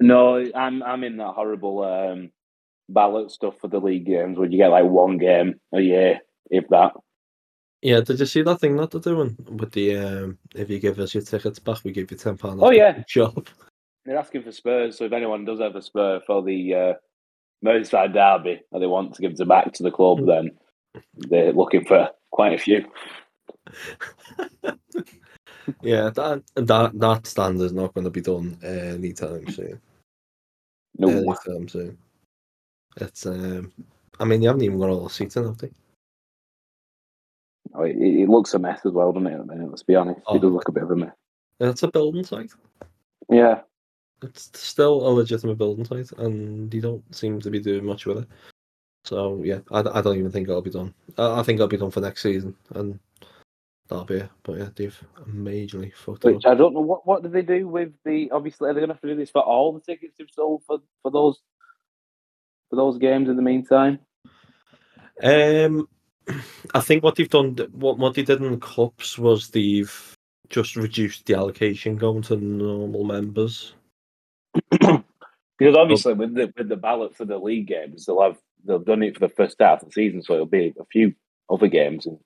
Speaker 3: No, I'm I'm in that horrible um, ballot stuff for the league games where you get like one game a year, if that.
Speaker 1: Yeah. Did you see that thing that they're doing with the um, if you give us your tickets back, we give you ten pound.
Speaker 3: Oh, yeah.
Speaker 1: Job.
Speaker 3: They're asking for Spurs, so if anyone does have a Spur for the uh, Merseyside derby, and they want to give them back to the club,
Speaker 1: Hmm.
Speaker 3: then they're looking for quite a few.
Speaker 1: Yeah. That that that stand is not going to be done uh, anytime soon.
Speaker 3: No,
Speaker 1: Yeah, that's what I'm saying. It's um, I mean, you haven't even got all the seats in, have they?
Speaker 3: Oh, it, it looks a mess as well, doesn't it? At the minute, let's be honest,
Speaker 1: Oh.
Speaker 3: it does look a bit of a mess.
Speaker 1: It's a building site.
Speaker 3: Yeah,
Speaker 1: It's still a legitimate building site, and you don't seem to be doing much with it. So yeah, I, I don't even think it'll be done. I, I think it'll be done for next season, and that'll be it. But yeah, they've majorly fucked it
Speaker 3: which
Speaker 1: up.
Speaker 3: I don't know what what do they do with the. Obviously, are they going to have to do this for all the tickets they've sold for for those for those games in the meantime?
Speaker 1: Um, I think what they've done, what what they did in the cups was they've just reduced the allocation going to normal members.
Speaker 3: Because obviously, with the with the ballot for the league games, they'll have they've done it for the first half of the season, so it'll be a few other games, and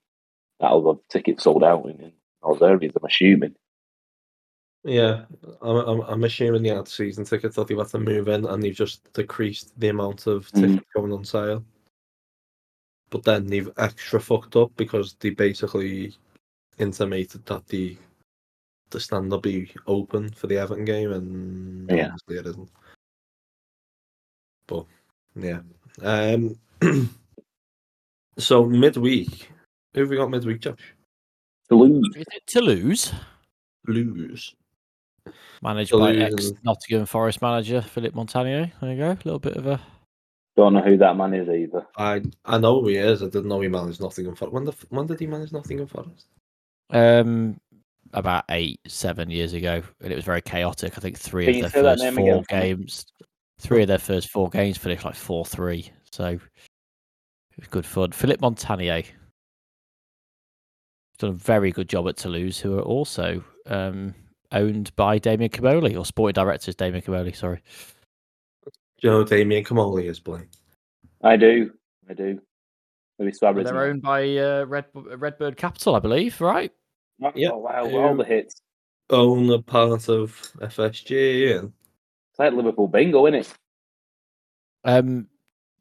Speaker 3: that'll have tickets sold out in, in those areas. I'm assuming.
Speaker 1: Yeah, I'm, I'm, I'm assuming they had season tickets that they've had to move in and they've just decreased the amount of
Speaker 3: Mm.
Speaker 1: tickets going on sale. But then they've extra fucked up because they basically intimated that the the stand will be open for the Everton game and
Speaker 3: Yeah.
Speaker 1: obviously it isn't. But yeah. Um so midweek. Who have we got midweek, Josh?
Speaker 3: Toulouse.
Speaker 2: Is it Toulouse,
Speaker 1: Blues.
Speaker 2: managed by ex
Speaker 1: Toulouse.
Speaker 2: Nottingham Forest manager Philip Montagnier? There you go. A little bit of a
Speaker 3: Don't know who that man is either.
Speaker 1: I I know who he is. I didn't know he managed Nottingham Forest. When the, f- when did he manage Nottingham Forest?
Speaker 2: um about eight, seven years ago, and it was very chaotic. I think three
Speaker 3: Can you
Speaker 2: of
Speaker 3: say
Speaker 2: their
Speaker 3: that
Speaker 2: first
Speaker 3: name
Speaker 2: four
Speaker 3: again for me?
Speaker 2: games, three of their first four games finished like four three. So it was good fun. Philip Montagnier done a very good job at Toulouse, who are also um, owned by Damien Camoli or sporting directors Damien Camoli. Sorry,
Speaker 1: Do you know who Damien Camoli is playing?
Speaker 3: I do. I do. Maybe
Speaker 2: But
Speaker 3: Suarez.
Speaker 2: They're owned by uh, Red Redbird Capital, I believe, right?
Speaker 3: Oh,
Speaker 1: yeah.
Speaker 3: wow, all the hits. It's
Speaker 1: Own a part of FSG and
Speaker 3: like Liverpool bingo, isn't it?
Speaker 2: Um,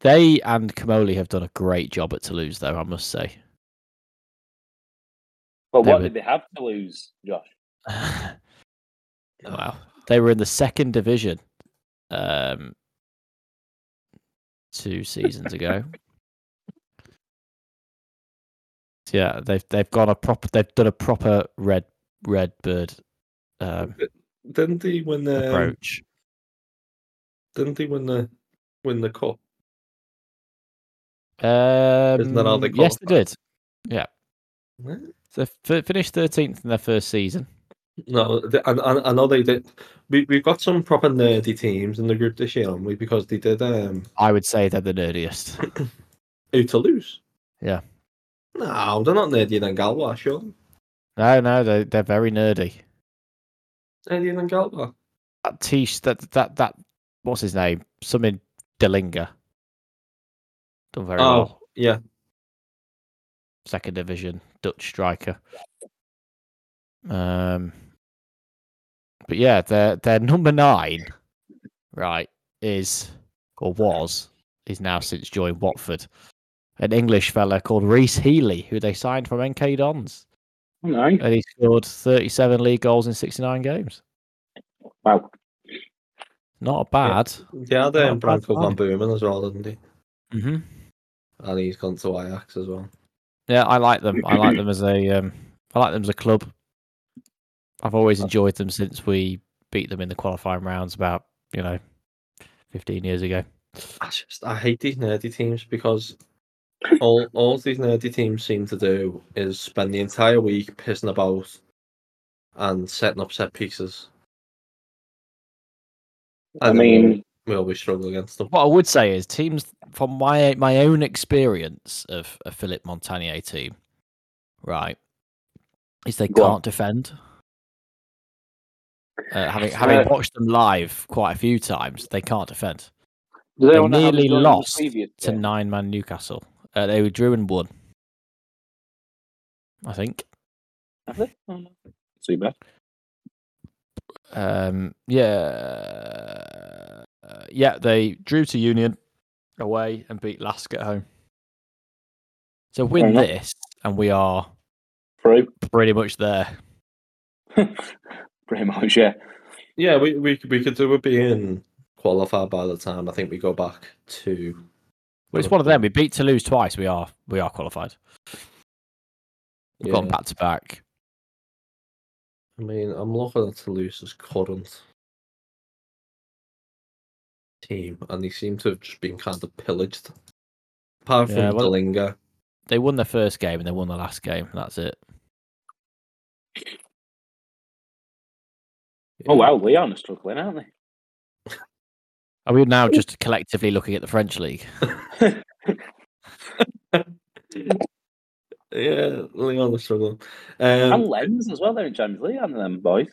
Speaker 2: they and Camoli have done a great job at Toulouse, though I must say.
Speaker 3: But
Speaker 2: They
Speaker 3: what
Speaker 2: were-
Speaker 3: did they have to lose, Josh?
Speaker 1: Oh,
Speaker 2: Oh, wow, they were in the second division um, two seasons ago. So, yeah, they've they've gone a proper they've done a proper red red bird um,
Speaker 1: didn't he win the
Speaker 2: approach.
Speaker 1: didn't he win the win the cup?
Speaker 2: Um,
Speaker 1: that how they
Speaker 2: yes, they
Speaker 1: qualify?
Speaker 2: did. Yeah, so they f- finished thirteenth in their first season.
Speaker 1: No, th- I, I, I know they did. We we've got some proper nerdy teams in the group this year, haven't we? Because they did um
Speaker 2: I would say they're the nerdiest.
Speaker 1: who to lose.
Speaker 2: Yeah.
Speaker 1: No, they're not nerdier than Galway, sure.
Speaker 2: No, no, they they're very nerdy.
Speaker 1: Nerdier than Galway.
Speaker 2: That Tish, that that that what's his name? Something Delinga. Done very
Speaker 1: Oh.
Speaker 2: well.
Speaker 1: Yeah,
Speaker 2: Second division Dutch striker. Um, but yeah, their their number nine, right, is or was is now since joined Watford, an English fella called Reese Healy, who they signed from NK Dons,
Speaker 3: No.
Speaker 2: and he scored thirty seven league goals in sixty nine games.
Speaker 3: Wow.
Speaker 2: Not bad.
Speaker 1: they had um,
Speaker 2: Not a bad
Speaker 1: Branko van
Speaker 2: side.
Speaker 1: Boomen as well, didn't he?
Speaker 2: Mm-hmm.
Speaker 1: And he's gone to Ajax as well.
Speaker 2: Yeah, I like them. I like them as a um, I like them as a club. I've always enjoyed them since we beat them in the qualifying rounds about you know fifteen years ago.
Speaker 1: I just I hate these nerdy teams because all all these nerdy teams seem to do is spend the entire week pissing about and setting up set pieces.
Speaker 3: I
Speaker 1: And then
Speaker 3: mean,
Speaker 1: we always struggle against them.
Speaker 2: What I would say is teams from my my own experience of a Philip Montagnier team, right, is they
Speaker 3: Go on.
Speaker 2: can't defend. Uh, having having
Speaker 3: Uh,
Speaker 2: watched them live quite a few times, they can't defend. They
Speaker 3: does anyone know how
Speaker 2: nearly
Speaker 3: joined the
Speaker 2: lost
Speaker 3: previous
Speaker 2: to
Speaker 3: year?
Speaker 2: nine man Newcastle. Uh, they were drew and won. I think.
Speaker 3: Have they? Oh, no. Too bad.
Speaker 2: Um, yeah. uh, yeah, they drew to Union away and beat Lask at home. So win
Speaker 3: enough.
Speaker 2: this, and we are
Speaker 3: Through.
Speaker 2: pretty much there.
Speaker 3: Pretty much, yeah.
Speaker 1: Yeah, we we could- we could do with being qualified by the time I think we go back to.
Speaker 2: Well, it's one of them. We beat Toulouse twice. We are we are qualified. We've gone
Speaker 1: Yeah.
Speaker 2: back to back.
Speaker 1: I mean, I'm looking at Toulouse's current team, and they seem to have just been kind of pillaged. Apart from yeah,
Speaker 2: Yeah, well- They won their first game and they won the last game. and That's it.
Speaker 3: Oh, wow. Leon are struggling, aren't they?
Speaker 2: Are we now just collectively looking at the French league?
Speaker 1: Yeah, Leon was struggling.
Speaker 3: and
Speaker 1: Um,
Speaker 3: Lens as well. They're in Champions League, aren't they, them boys?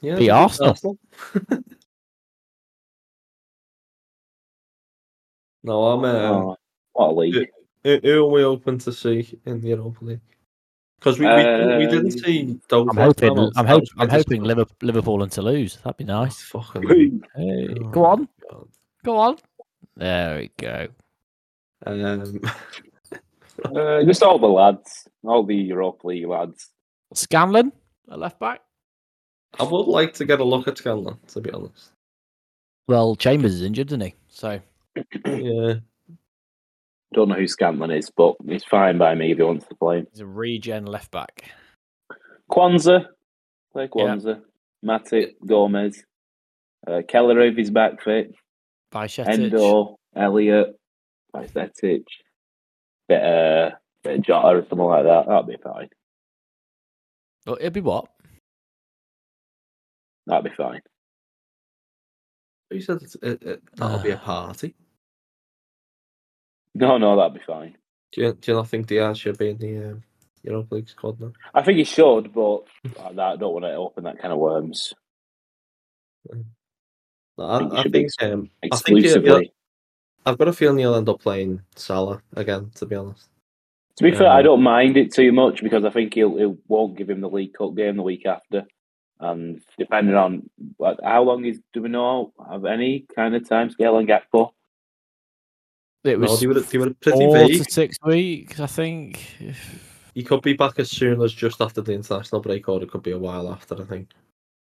Speaker 1: yeah,
Speaker 2: The Arsenal.
Speaker 1: no, I'm. Um,
Speaker 3: oh, what a league.
Speaker 1: Who, who are we open to see in the Europa League? Because we, we, didn't- we didn't
Speaker 3: Um,
Speaker 1: see those.
Speaker 2: I'm hoping. I'm, hoping. I'm hoping Liver- Liverpool and Toulouse. That'd be nice.
Speaker 1: Fucking.
Speaker 2: Hey,
Speaker 1: Oh
Speaker 2: go
Speaker 1: my
Speaker 2: on,
Speaker 1: God.
Speaker 2: go on. There we go.
Speaker 1: Um,
Speaker 3: Uh, just all the lads, all the Europa League lads.
Speaker 2: Scanlon, a left back.
Speaker 1: I would like to get a look at Scanlon, to be honest.
Speaker 2: Well, Chambers is injured, isn't he? So
Speaker 1: Yeah,
Speaker 3: Don't know who Scanlon is, but it's fine by me if he wants to play him.
Speaker 2: he's a regen left back.
Speaker 3: Kwanzaa, play
Speaker 2: Yeah.
Speaker 3: Kwanzaa. Matic, Gomez, uh, Keller if he's back fit,
Speaker 2: Bajcetic.
Speaker 3: Endo, Elliot, Pathetic, bit, uh, bit of Jota or something like that. That'd be fine.
Speaker 2: But it'd be what?
Speaker 3: That'd be fine.
Speaker 1: he said it's, it, it, that'll be a
Speaker 2: Ah.
Speaker 1: party.
Speaker 3: No, no, that'd be fine.
Speaker 1: Do you, do you not think Diaz should be in the um, Europa League squad now?
Speaker 3: I think he should, but I I don't want to open that kind of worms
Speaker 1: No,
Speaker 3: Think he
Speaker 1: I, I
Speaker 3: should be
Speaker 1: think um, I think you-
Speaker 3: exclusively.
Speaker 1: I've got a feeling he'll end up playing Salah again. To be honest,
Speaker 3: To be fair,
Speaker 1: Um,
Speaker 3: I don't mind it too much because I think he'll it won't give him the League Cup game the week after, and depending on what, how long is do we know have any kind of time scale on Gakpo?
Speaker 1: no,
Speaker 2: It was
Speaker 1: Oh, he would he would pretty
Speaker 2: four
Speaker 1: vague.
Speaker 2: to six weeks, I think.
Speaker 1: He could be back as soon as just after the international break, or it could be a while after. I think.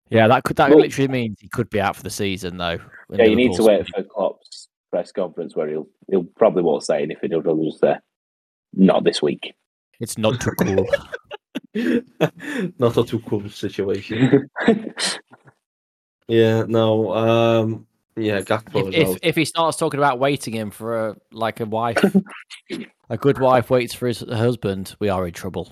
Speaker 2: Yeah, that could that
Speaker 3: Well-
Speaker 2: literally means he could be out for the season though. when
Speaker 3: Yeah, you need to
Speaker 2: Liverpool-
Speaker 3: wait for Klopp's press conference where he'll he'll probably won't say anything. He'll probably just say, "Not this week."
Speaker 2: It's not too cool.
Speaker 1: Not a too cool situation. Yeah, no. Um, yeah, Gakpo as
Speaker 2: if,
Speaker 1: well.
Speaker 2: if if he starts talking about waiting him for a like a wife, a good wife waits for his husband, we are in trouble.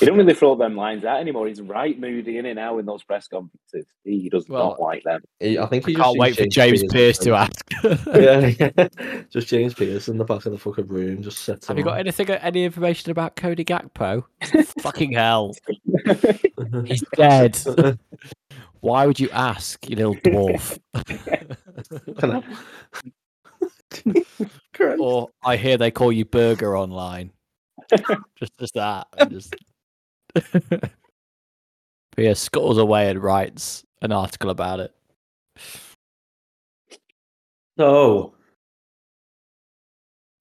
Speaker 3: He don't really throw them lines out anymore. He's right moody in it now in those press conferences. He does
Speaker 2: Well,
Speaker 3: not like them.
Speaker 1: He- I think
Speaker 2: I
Speaker 1: he
Speaker 2: can't
Speaker 1: just
Speaker 2: wait for
Speaker 1: sees
Speaker 2: James Pierce to
Speaker 1: Pearce
Speaker 2: ask.
Speaker 1: in the- Yeah, just James Pierce in the back of the fucking room, just sets
Speaker 2: Have you got anything, any information about Cody Gakpo? Fucking hell, he's dead. Why would you ask, you little dwarf? or I hear they call you Burger online. just, just that. and Just... but yeah, scuttles away and writes an article about it.
Speaker 1: So,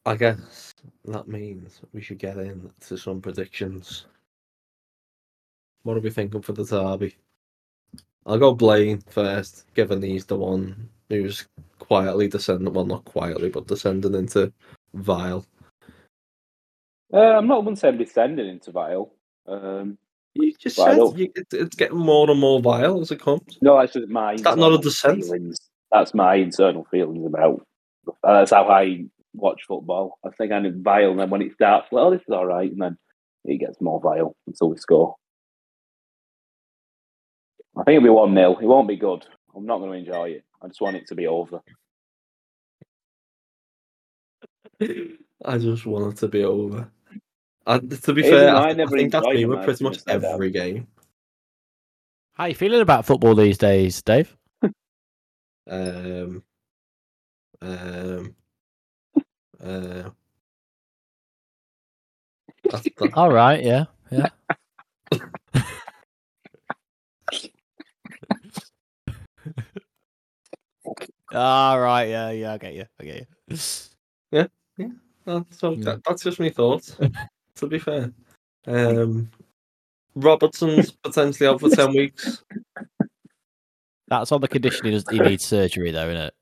Speaker 1: I guess that means we should get in to some predictions. What are we thinking for the derby? I'll go Blaine first, given he's the one who's quietly descending, well, not quietly, but descending into Vile.
Speaker 3: Uh, I'm not one saying descending into Vile. Um,
Speaker 1: You just
Speaker 3: But I
Speaker 1: said
Speaker 3: don't-
Speaker 1: you, it, it's getting more and more vile as it comes.
Speaker 3: no, that's just my.
Speaker 1: that not a
Speaker 3: internal
Speaker 1: descent?
Speaker 3: Feelings. That's my internal feelings about. Uh, that's how I watch football. I think I'm Vile, and then when it starts, well, this is all right, and then it gets more Vile until we score. I think it'll be one 0 It won't be good. I'm not going to enjoy it. I just want it to be over.
Speaker 1: I just want it to be over. And to be
Speaker 3: Even
Speaker 1: fair,
Speaker 3: I
Speaker 1: I, th- I
Speaker 3: never
Speaker 1: think that's
Speaker 3: enjoyed
Speaker 1: me
Speaker 3: the
Speaker 1: with pretty
Speaker 3: match
Speaker 1: much
Speaker 3: in the
Speaker 1: every game.
Speaker 2: How you feeling about football these days, Dave?
Speaker 1: Um, um, uh, that's, that-
Speaker 2: All right, yeah, yeah. All right, yeah, yeah. I get you. I get you.
Speaker 1: that's, so
Speaker 2: Yeah.
Speaker 1: that, that's just my thoughts. to be fair, um, Robertson's potentially out for ten weeks.
Speaker 2: That's on the condition he, does, he needs surgery, though, isn't it?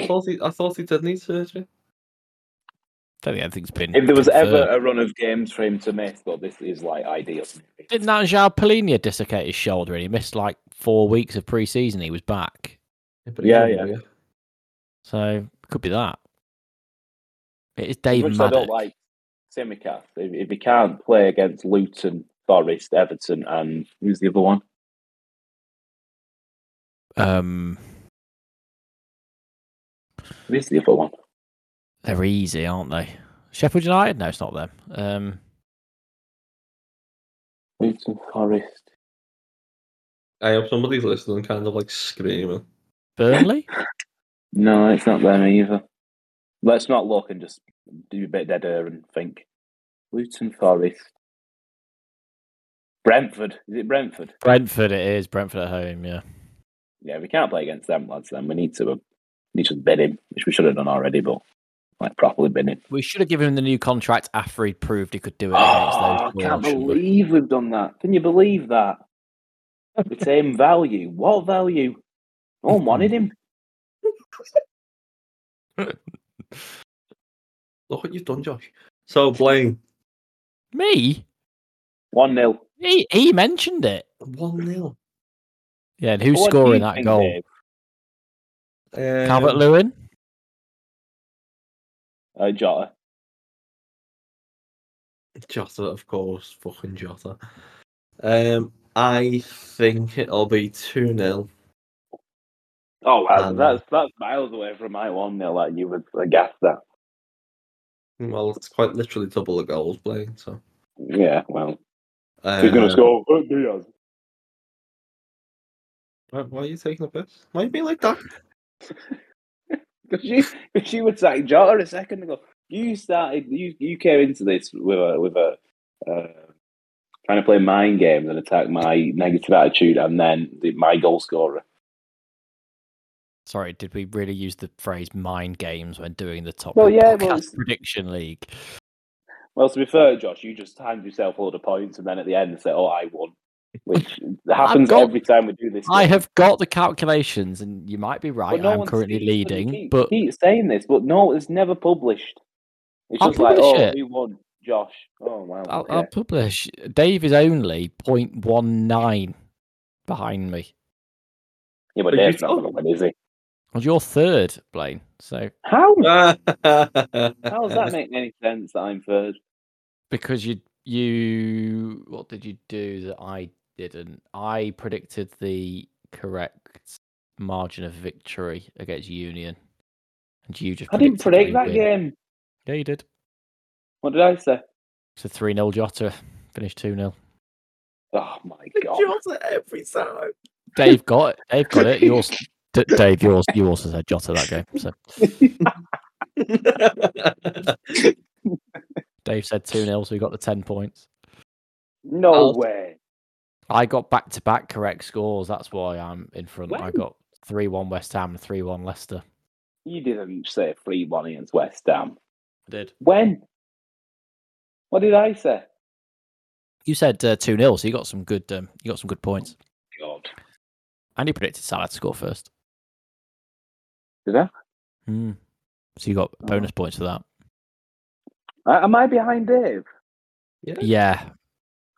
Speaker 1: I thought he, I thought he did need surgery.
Speaker 2: Don't think anything's been.
Speaker 3: If there was
Speaker 2: confirmed.
Speaker 3: ever a run of games for him to miss, but this is like ideal.
Speaker 2: Didn't that Jao Polina dislocate his shoulder and he missed like four weeks of pre-season? He was back,
Speaker 1: but he
Speaker 3: Yeah,
Speaker 1: didn't, yeah.
Speaker 2: so could be that. It is
Speaker 3: As
Speaker 2: Dave
Speaker 3: much as I
Speaker 2: Maddock.
Speaker 3: don't like Simicast, if, if he can't play against Luton, Forest, Everton, and who's the other one?
Speaker 2: Um,
Speaker 3: Who's the other one?
Speaker 2: they're easy, aren't they? Sheffield United? No, it's not them. Um,
Speaker 3: Luton, Forest.
Speaker 1: I hope somebody's listening, kind of like screaming.
Speaker 2: Burnley?
Speaker 3: No, it's not them either. Let's not look and just do a bit dead air and think. Luton, Forest. Brentford. Is it Brentford?
Speaker 2: Brentford. It is Brentford at home. Yeah.
Speaker 3: Yeah, we can't play against them, lads, then we need to uh, need to bid him, which we should have done already, but like properly bid him.
Speaker 2: We should have given him the new contract after he proved he could do it against
Speaker 3: Oh, I
Speaker 2: those.
Speaker 3: can't
Speaker 2: Wolves, shouldn't we?
Speaker 3: believe we've done that. Can you believe that? The same value. What value? No one wanted him.
Speaker 1: Look what you've done, Josh. So Blaine,
Speaker 2: Me?
Speaker 3: 1 0.
Speaker 2: He he mentioned it.
Speaker 1: one 0
Speaker 2: Yeah, and
Speaker 3: Oh,
Speaker 2: who's scoring that goal?
Speaker 1: Um,
Speaker 2: Calvert Lewin.
Speaker 3: Uh, Jota.
Speaker 1: Jota, of course, fucking Jota. Um, I think it'll be two 0
Speaker 3: Oh, wow.
Speaker 1: Um,
Speaker 3: that's, that's miles away from my 1 0. Like, you would aghast that.
Speaker 1: Well, it's quite literally double the goals, Blaine. So
Speaker 3: Yeah, well.
Speaker 1: um,
Speaker 3: Who's going to score? Oh, Diaz.
Speaker 1: Why, why are you taking a piss? Why are you being like that?
Speaker 3: Because you, cause you were saying Jota a second ago. You started. You you came into this with a with a uh, trying to play mind games and attack my negative attitude, and then the, my goal scorer.
Speaker 2: Sorry, did we really use the phrase mind games when doing the top
Speaker 3: Well,
Speaker 2: Rope
Speaker 3: yeah, well,
Speaker 2: podcast
Speaker 3: it's-
Speaker 2: prediction league?
Speaker 3: Well, to be fair, Josh, you just timed yourself all the points, and then at the end say, "Oh, I won," which happens
Speaker 2: got-
Speaker 3: every time we do this.
Speaker 2: I have got the calculations, and you might be right.
Speaker 3: But no
Speaker 2: I'm
Speaker 3: one's-
Speaker 2: currently
Speaker 3: you
Speaker 2: leading,
Speaker 3: keep,
Speaker 2: but
Speaker 3: keep saying this, but no, it's never published. It's
Speaker 2: I'll
Speaker 3: just like,
Speaker 2: publish
Speaker 3: oh,
Speaker 2: it.
Speaker 3: we won, Josh. Oh wow,
Speaker 2: I'll,
Speaker 3: okay.
Speaker 2: I'll publish. Dave is only 0.19 behind me.
Speaker 3: yeah, but
Speaker 1: But you
Speaker 3: Dave's not going to
Speaker 1: told-
Speaker 3: win, is he?
Speaker 2: Well, you're third, Blaine. So
Speaker 3: How? How does that
Speaker 1: that
Speaker 3: make any sense that I'm third?
Speaker 2: because you you what did you do that I didn't? I predicted the correct margin of victory against Union, and you just
Speaker 3: I didn't predict
Speaker 2: predicted
Speaker 3: that
Speaker 2: they win.
Speaker 3: game.
Speaker 2: Yeah, you did.
Speaker 3: What did I say?
Speaker 2: So three 0 Jota finished two 0
Speaker 3: Oh my god!
Speaker 1: Jota every time.
Speaker 2: Dave got it. Dave got it. Yours, D- Dave. Yours. You also said Jota that game. So Dave said two 0 So we got the ten points.
Speaker 3: No
Speaker 1: I'll-
Speaker 3: way.
Speaker 2: I got back to back correct scores. That's why I'm in front. I
Speaker 3: Wow.
Speaker 2: got three one West Ham and three one Leicester.
Speaker 3: You didn't say three one against West Ham.
Speaker 2: I did.
Speaker 3: When? What did I say?
Speaker 2: You said uh, two 0 so you got some good. Um, you got some good points.
Speaker 3: God,
Speaker 2: And you predicted Salah to score first.
Speaker 3: did I?
Speaker 2: Mm. So you got
Speaker 3: Oh.
Speaker 2: bonus points for that.
Speaker 3: I- Uh, Am I behind Dave?
Speaker 2: Yeah,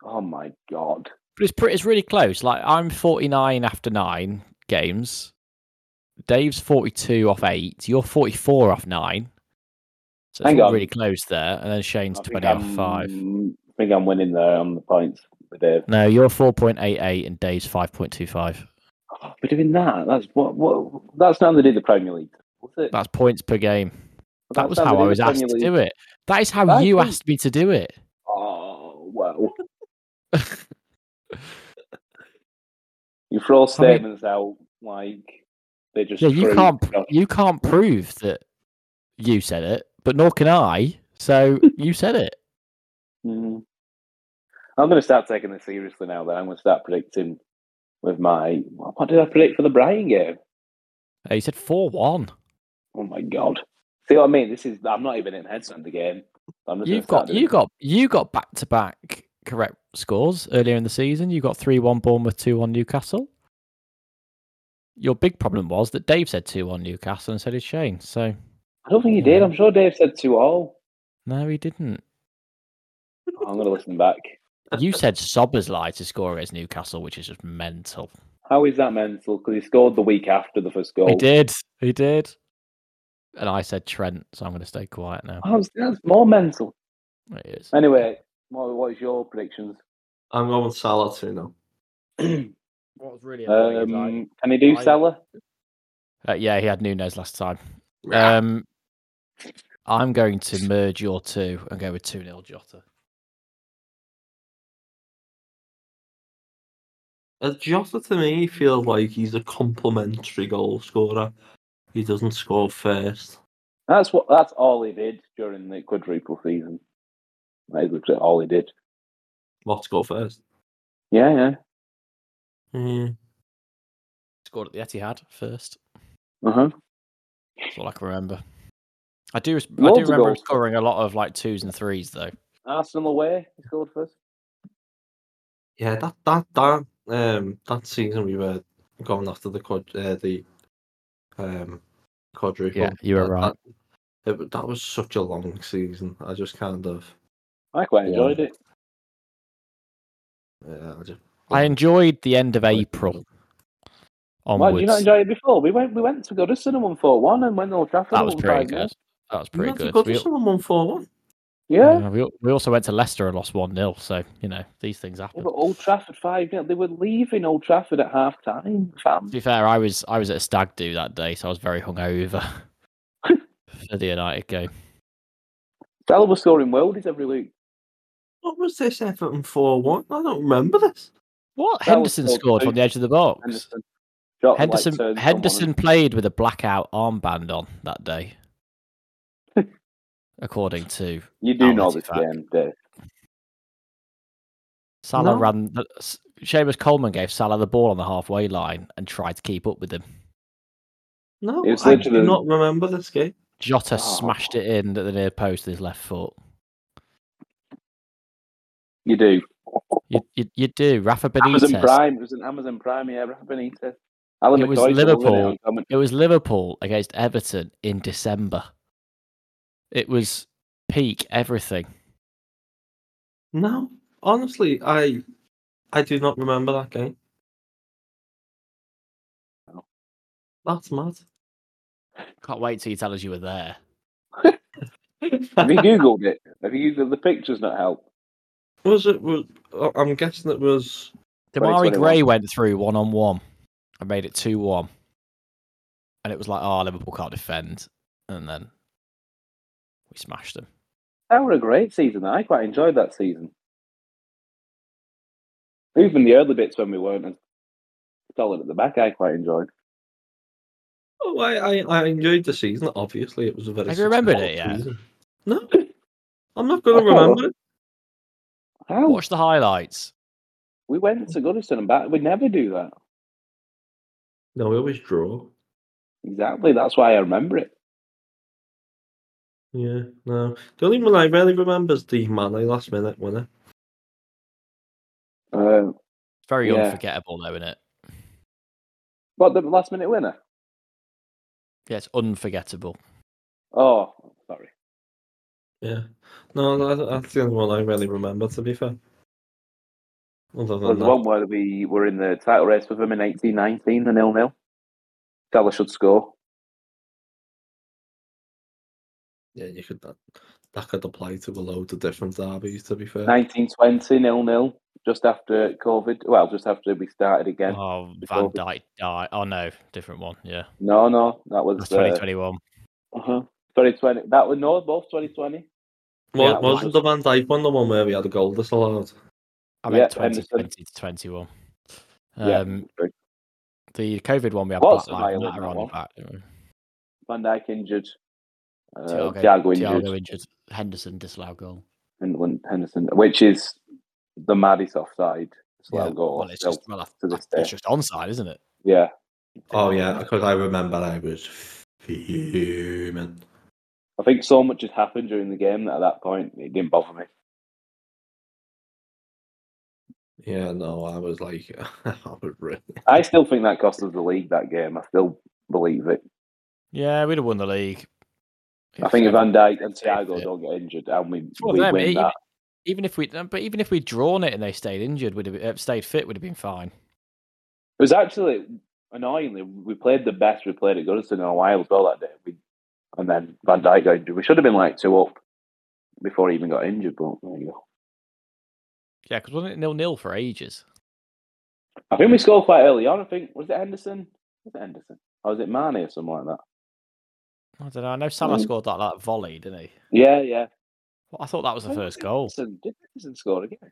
Speaker 3: Oh my god!
Speaker 2: but it's pretty. It's really close. Like I'm 49 after nine games. Dave's 42 off eight. You're 44 off nine. So it's
Speaker 3: Hang
Speaker 2: all
Speaker 3: on.
Speaker 2: really close there. And then Shane's
Speaker 3: I think
Speaker 2: 20 off
Speaker 3: I'm-
Speaker 2: five.
Speaker 3: I think I'm winning there on the points with Dave.
Speaker 2: No, you're 4.88 and Dave's 5.25.
Speaker 3: Oh, we're doing that. That's what. What? That's not how they did the Premier League, was it?
Speaker 2: That's points per game. That
Speaker 3: That's
Speaker 2: was
Speaker 3: not
Speaker 2: how
Speaker 3: how they
Speaker 2: I
Speaker 3: did
Speaker 2: was
Speaker 3: the
Speaker 2: asked
Speaker 3: Premier
Speaker 2: to
Speaker 3: League.
Speaker 2: do it. That is how
Speaker 3: That's
Speaker 2: you
Speaker 3: not-
Speaker 2: asked me to do it.
Speaker 3: Oh wow! You
Speaker 2: I
Speaker 3: throw
Speaker 2: mean-
Speaker 3: statements out like they just.
Speaker 2: Yeah, you
Speaker 3: prove-
Speaker 2: can't you can't prove that you said it, but nor can I. So you said it.
Speaker 3: Mm. I'm going to start taking this seriously now. Then I'm going to start predicting with my. What did I predict for the Brighton game?
Speaker 2: Uh, you said four one.
Speaker 3: Oh my god! See what I mean? This is. I'm not even in heads on the game. I'm just gonna
Speaker 2: You've
Speaker 3: start
Speaker 2: got
Speaker 3: doing
Speaker 2: you got you got back to back correct scores earlier in the season. You got three one Bournemouth, two one Newcastle. Your big problem was that Dave said two one Newcastle and so did Shane. So
Speaker 3: I don't think he did. I'm sure Dave said two all. Oh,
Speaker 2: no, he didn't.
Speaker 3: I'm going to listen back.
Speaker 2: You said Sobbers lied to score against Newcastle, which is just mental.
Speaker 3: How is that mental? Because he scored the week after the first goal.
Speaker 2: He did. He did. And I said Trent, so I'm going to stay quiet now.
Speaker 3: Oh, that's- that's more mental.
Speaker 2: It is.
Speaker 3: Anyway, what, what is your predictions?
Speaker 1: I'm going with Salah too now.
Speaker 2: What was really
Speaker 3: Um, can he do
Speaker 2: I-
Speaker 3: Salah?
Speaker 2: Uh, yeah, he had Nunes last time. Um, I'm going to merge your two and go with 2 0 Jota.
Speaker 1: Uh, Jota to me feels like he's a complimentary goal scorer. He doesn't score first.
Speaker 3: That's what. That's all he did during the quadruple season. That is literally all he did.
Speaker 1: What score first?
Speaker 3: Yeah, yeah.
Speaker 1: Mm.
Speaker 2: Scored at the Etihad first.
Speaker 3: Uh huh.
Speaker 2: That's all I can remember. I do, res- I
Speaker 3: Loads
Speaker 2: do
Speaker 3: of
Speaker 2: remember him
Speaker 3: goals.
Speaker 2: scoring a lot of like twos and threes, though.
Speaker 3: Arsenal away. He scored first.
Speaker 1: Yeah, that that that um that season we were going after the quad uh, the um quadruple.
Speaker 2: Yeah, you were
Speaker 1: That-
Speaker 2: right.
Speaker 1: That, it, wa- that was such a long season. I just kind of
Speaker 3: I quite
Speaker 2: Yeah.
Speaker 3: enjoyed it.
Speaker 1: yeah. uh, I just,
Speaker 2: I enjoyed the end of April
Speaker 3: Why
Speaker 2: onwards.
Speaker 3: did you not enjoy it before? We went. We went to Goodison and won four one, and went to Old Trafford.
Speaker 2: that
Speaker 3: and
Speaker 2: was
Speaker 3: won
Speaker 2: pretty
Speaker 3: 5-0.
Speaker 2: good. That was pretty
Speaker 1: Pretty
Speaker 2: good.
Speaker 1: good.
Speaker 2: We-
Speaker 1: Someone one four one.
Speaker 3: Yeah.
Speaker 2: Yeah, we, al- we also went to Leicester and lost 1 0. So, you know, these things happen.
Speaker 3: Yeah, but Old Trafford five 0 They were leaving Old Trafford at half time, fam.
Speaker 2: To be fair, I was I was at a stag do that day, so I was very hungover for the United game.
Speaker 3: Salah was scoring worldies every week.
Speaker 1: What was this Everton four one? I don't remember this.
Speaker 2: What?
Speaker 3: That was
Speaker 2: Henderson
Speaker 3: so
Speaker 2: scored from
Speaker 3: close.
Speaker 2: the edge of the box.
Speaker 3: Henderson. Shot that, like,
Speaker 2: Henderson
Speaker 3: turned someone
Speaker 2: Henderson
Speaker 3: and-
Speaker 2: played with a blackout armband on that day, according to
Speaker 3: You do know
Speaker 2: Outlet
Speaker 3: this
Speaker 2: attack.
Speaker 3: game, Dave.
Speaker 2: Salah.
Speaker 1: No.
Speaker 2: Ran the, S- Seamus Coleman gave Salah the ball on the halfway line and tried to keep up with him.
Speaker 1: No,
Speaker 3: It's
Speaker 1: I do
Speaker 3: literally-
Speaker 1: not remember this game.
Speaker 2: Jota
Speaker 3: Oh.
Speaker 2: smashed it in at the near post with his left foot.
Speaker 3: You do.
Speaker 2: You, you, you do. Rafa
Speaker 3: Amazon
Speaker 2: Benitez.
Speaker 3: Prime. It was an Amazon Prime. Yeah, Rafa Benitez. Alan
Speaker 2: It was
Speaker 3: McCoy still winning
Speaker 2: Liverpool.
Speaker 3: on comment-
Speaker 2: It was Liverpool against Everton in December. It was peak everything.
Speaker 1: No, honestly, I I do not remember that game.
Speaker 3: No.
Speaker 1: That's mad.
Speaker 2: Can't wait till you tell us you were there.
Speaker 3: Have you googled it? Have you googled the pictures? Not help.
Speaker 1: was it? Was, oh, I'm guessing it was.
Speaker 2: Damari
Speaker 3: 2021.
Speaker 2: Gray went through one on one and made it 2 1. And it was like, oh, Liverpool can't defend. And then we smashed them.
Speaker 3: That were a great season. I quite enjoyed that season. Even the early bits when we weren't as solid at the back, I quite enjoyed.
Speaker 1: Oh, I, I, I enjoyed the season. Obviously, it was a very.
Speaker 2: Have you remembered
Speaker 1: successful
Speaker 2: it yet?
Speaker 1: season. No, I'm not going to
Speaker 3: Oh.
Speaker 1: remember it.
Speaker 3: How
Speaker 2: Watch the highlights.
Speaker 3: we went to Goodison and back, we never do that.
Speaker 1: No, we always draw.
Speaker 3: Exactly. That's why I remember it.
Speaker 1: Yeah, no. The only one I really remember is the Manly last minute eh? winner.
Speaker 3: Uh,
Speaker 2: It's very
Speaker 3: Yeah.
Speaker 2: unforgettable, though, isn't it?
Speaker 3: what the last minute winner?
Speaker 2: Yeah, it's unforgettable.
Speaker 3: Oh, sorry.
Speaker 1: Yeah. No, that, that's the only one I really remember, to be fair. Other
Speaker 3: There
Speaker 1: than
Speaker 3: was
Speaker 1: that.
Speaker 3: one where we were in the title race with them in 1819, the nil nil. Salah should score.
Speaker 1: Yeah, you could that, that could apply to a load of different derbies. To be fair,
Speaker 3: 1920, nil nil. Just after COVID. Well, just after we started again.
Speaker 2: Oh, Van
Speaker 3: before-
Speaker 2: Dyke died. Oh, no. Different one. Yeah.
Speaker 3: No, no, that was
Speaker 2: That's
Speaker 3: uh,
Speaker 2: 2021.
Speaker 3: uh-huh. 2020. That was no, both 2020.
Speaker 1: Wa-
Speaker 2: yeah,
Speaker 1: wasn't the Van Dijk one the one where we had a goal disallowed?
Speaker 2: I
Speaker 3: yeah,
Speaker 2: meant
Speaker 3: Henderson.
Speaker 2: 2020 to 21.
Speaker 3: Yeah,
Speaker 2: Um, The COVID one we had
Speaker 3: Lots
Speaker 2: Black Lives
Speaker 3: of violent
Speaker 2: Matter
Speaker 3: that
Speaker 2: on
Speaker 3: one.
Speaker 2: the back. didn't we?
Speaker 3: Van Dijk injured. Uh,
Speaker 2: Thiago-
Speaker 3: Thiago injured.
Speaker 2: Thiago injured. Henderson disallowed goal.
Speaker 3: And Lin- Henderson, which is the maddest offside. Slow
Speaker 2: Yeah,
Speaker 3: goal.
Speaker 2: Well, it's
Speaker 3: still
Speaker 2: just, well, I-
Speaker 3: to this
Speaker 2: I- it's
Speaker 3: day.
Speaker 2: just onside, isn't it?
Speaker 3: Yeah.
Speaker 1: Oh yeah, because I remember I was fuming.
Speaker 3: I think so much had happened during the game that at that point it didn't bother me.
Speaker 1: Yeah, no, I was like, I was really.
Speaker 3: I still think that cost us the league that game. I still believe it.
Speaker 2: Yeah, we'd have won the league.
Speaker 3: I think if Van Dijk and Thiago
Speaker 2: Yeah.
Speaker 3: don't get injured, and we,
Speaker 2: Well,
Speaker 3: we
Speaker 2: them, eh?
Speaker 3: win
Speaker 2: even,
Speaker 3: that.
Speaker 2: even if we, but even if we'd drawn it and they stayed injured, would have been- uh, stayed fit, would have been fine.
Speaker 3: It was actually annoyingly we played the best we played at Goodison in a while as well that day. We, and then Van Dijk got injured. We should have been like two up before he even got injured, but there you go.
Speaker 2: Yeah, because wasn't it nil nil for ages?
Speaker 3: I think we scored quite early on. I think was it Henderson? Was it Henderson? Or was it Marnie or something like that?
Speaker 2: I don't know. I know Salah
Speaker 3: Mm.
Speaker 2: scored that like volley, didn't he?
Speaker 3: Yeah, yeah.
Speaker 2: Well, I thought that was the
Speaker 3: When
Speaker 2: first
Speaker 3: did
Speaker 2: goal.
Speaker 3: Henderson, did Henderson score again?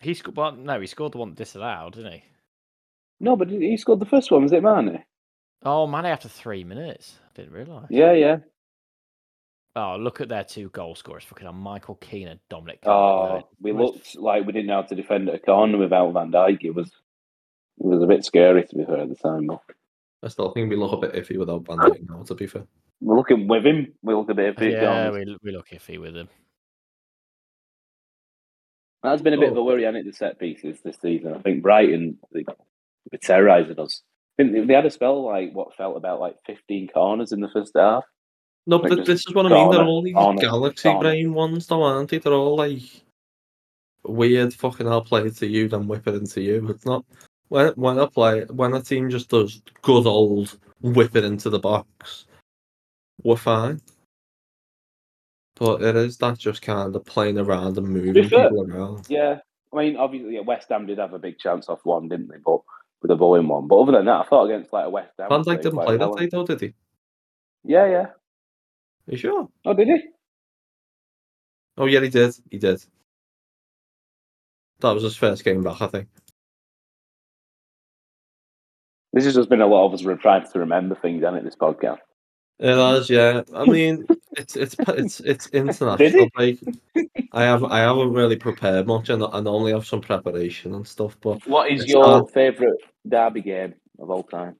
Speaker 2: He scored. Well, no, he scored the one disallowed, didn't he?
Speaker 3: No, but he he scored the first one. Was it Marnie?
Speaker 2: Oh, man, after three minutes, I didn't realise.
Speaker 3: Yeah, yeah.
Speaker 2: Oh, look at their two goal scorers. Fucking hell, Michael Keane and Dominic.
Speaker 3: Oh,
Speaker 2: Calvert-Lewin.
Speaker 3: we
Speaker 2: Most
Speaker 3: looked like we didn't know how to defend at a corner without Van Dijk. It was it was a bit scary to be fair at the time. But
Speaker 1: I still think we look a bit iffy without Van Dijk now. To be fair,
Speaker 3: we're looking with him. We look a bit iffy. at
Speaker 2: Yeah,
Speaker 3: corners.
Speaker 2: we, we look iffy with him.
Speaker 3: That's been a
Speaker 1: Oh.
Speaker 3: bit of a worry, hasn't it, the set pieces this season. I think Brighton they were terrorising us. I think they- they had a spell like what felt about like fifteen corners in the first half.
Speaker 1: no,
Speaker 3: Like
Speaker 1: but
Speaker 3: just
Speaker 1: this is what I mean. They're
Speaker 3: Garner,
Speaker 1: all these
Speaker 3: Garner,
Speaker 1: galaxy
Speaker 3: Garner.
Speaker 1: brain ones, though, aren't they? They're all like weird. Fucking, I'll play it to you, then whip it into you. It's not when when I play when a team just does good old whip it into the box. We're fine, but it is that just kind of playing around and moving
Speaker 3: fair-
Speaker 1: people around.
Speaker 3: Yeah, I mean, obviously yeah, West Ham did have a big chance off one, didn't they? But with a bowling one. But other than that, I thought against like a West Ham.
Speaker 1: Van
Speaker 3: they
Speaker 1: Dijk didn't
Speaker 3: quite
Speaker 1: play that
Speaker 3: well.
Speaker 1: day, though, did he?
Speaker 3: Yeah, yeah.
Speaker 1: Are you sure?
Speaker 3: Oh, did he?
Speaker 1: Oh yeah, he did. He did. That was his first game back, I think.
Speaker 3: This has just been a lot of us re- trying to remember things, hasn't it, this podcast?
Speaker 1: It has, yeah. I mean, it's it's it's it's international. Like, I have I haven't really prepared much, and I normally have some preparation and stuff. But
Speaker 3: What is
Speaker 1: It's
Speaker 3: your
Speaker 1: hard.
Speaker 3: favourite derby game of all time?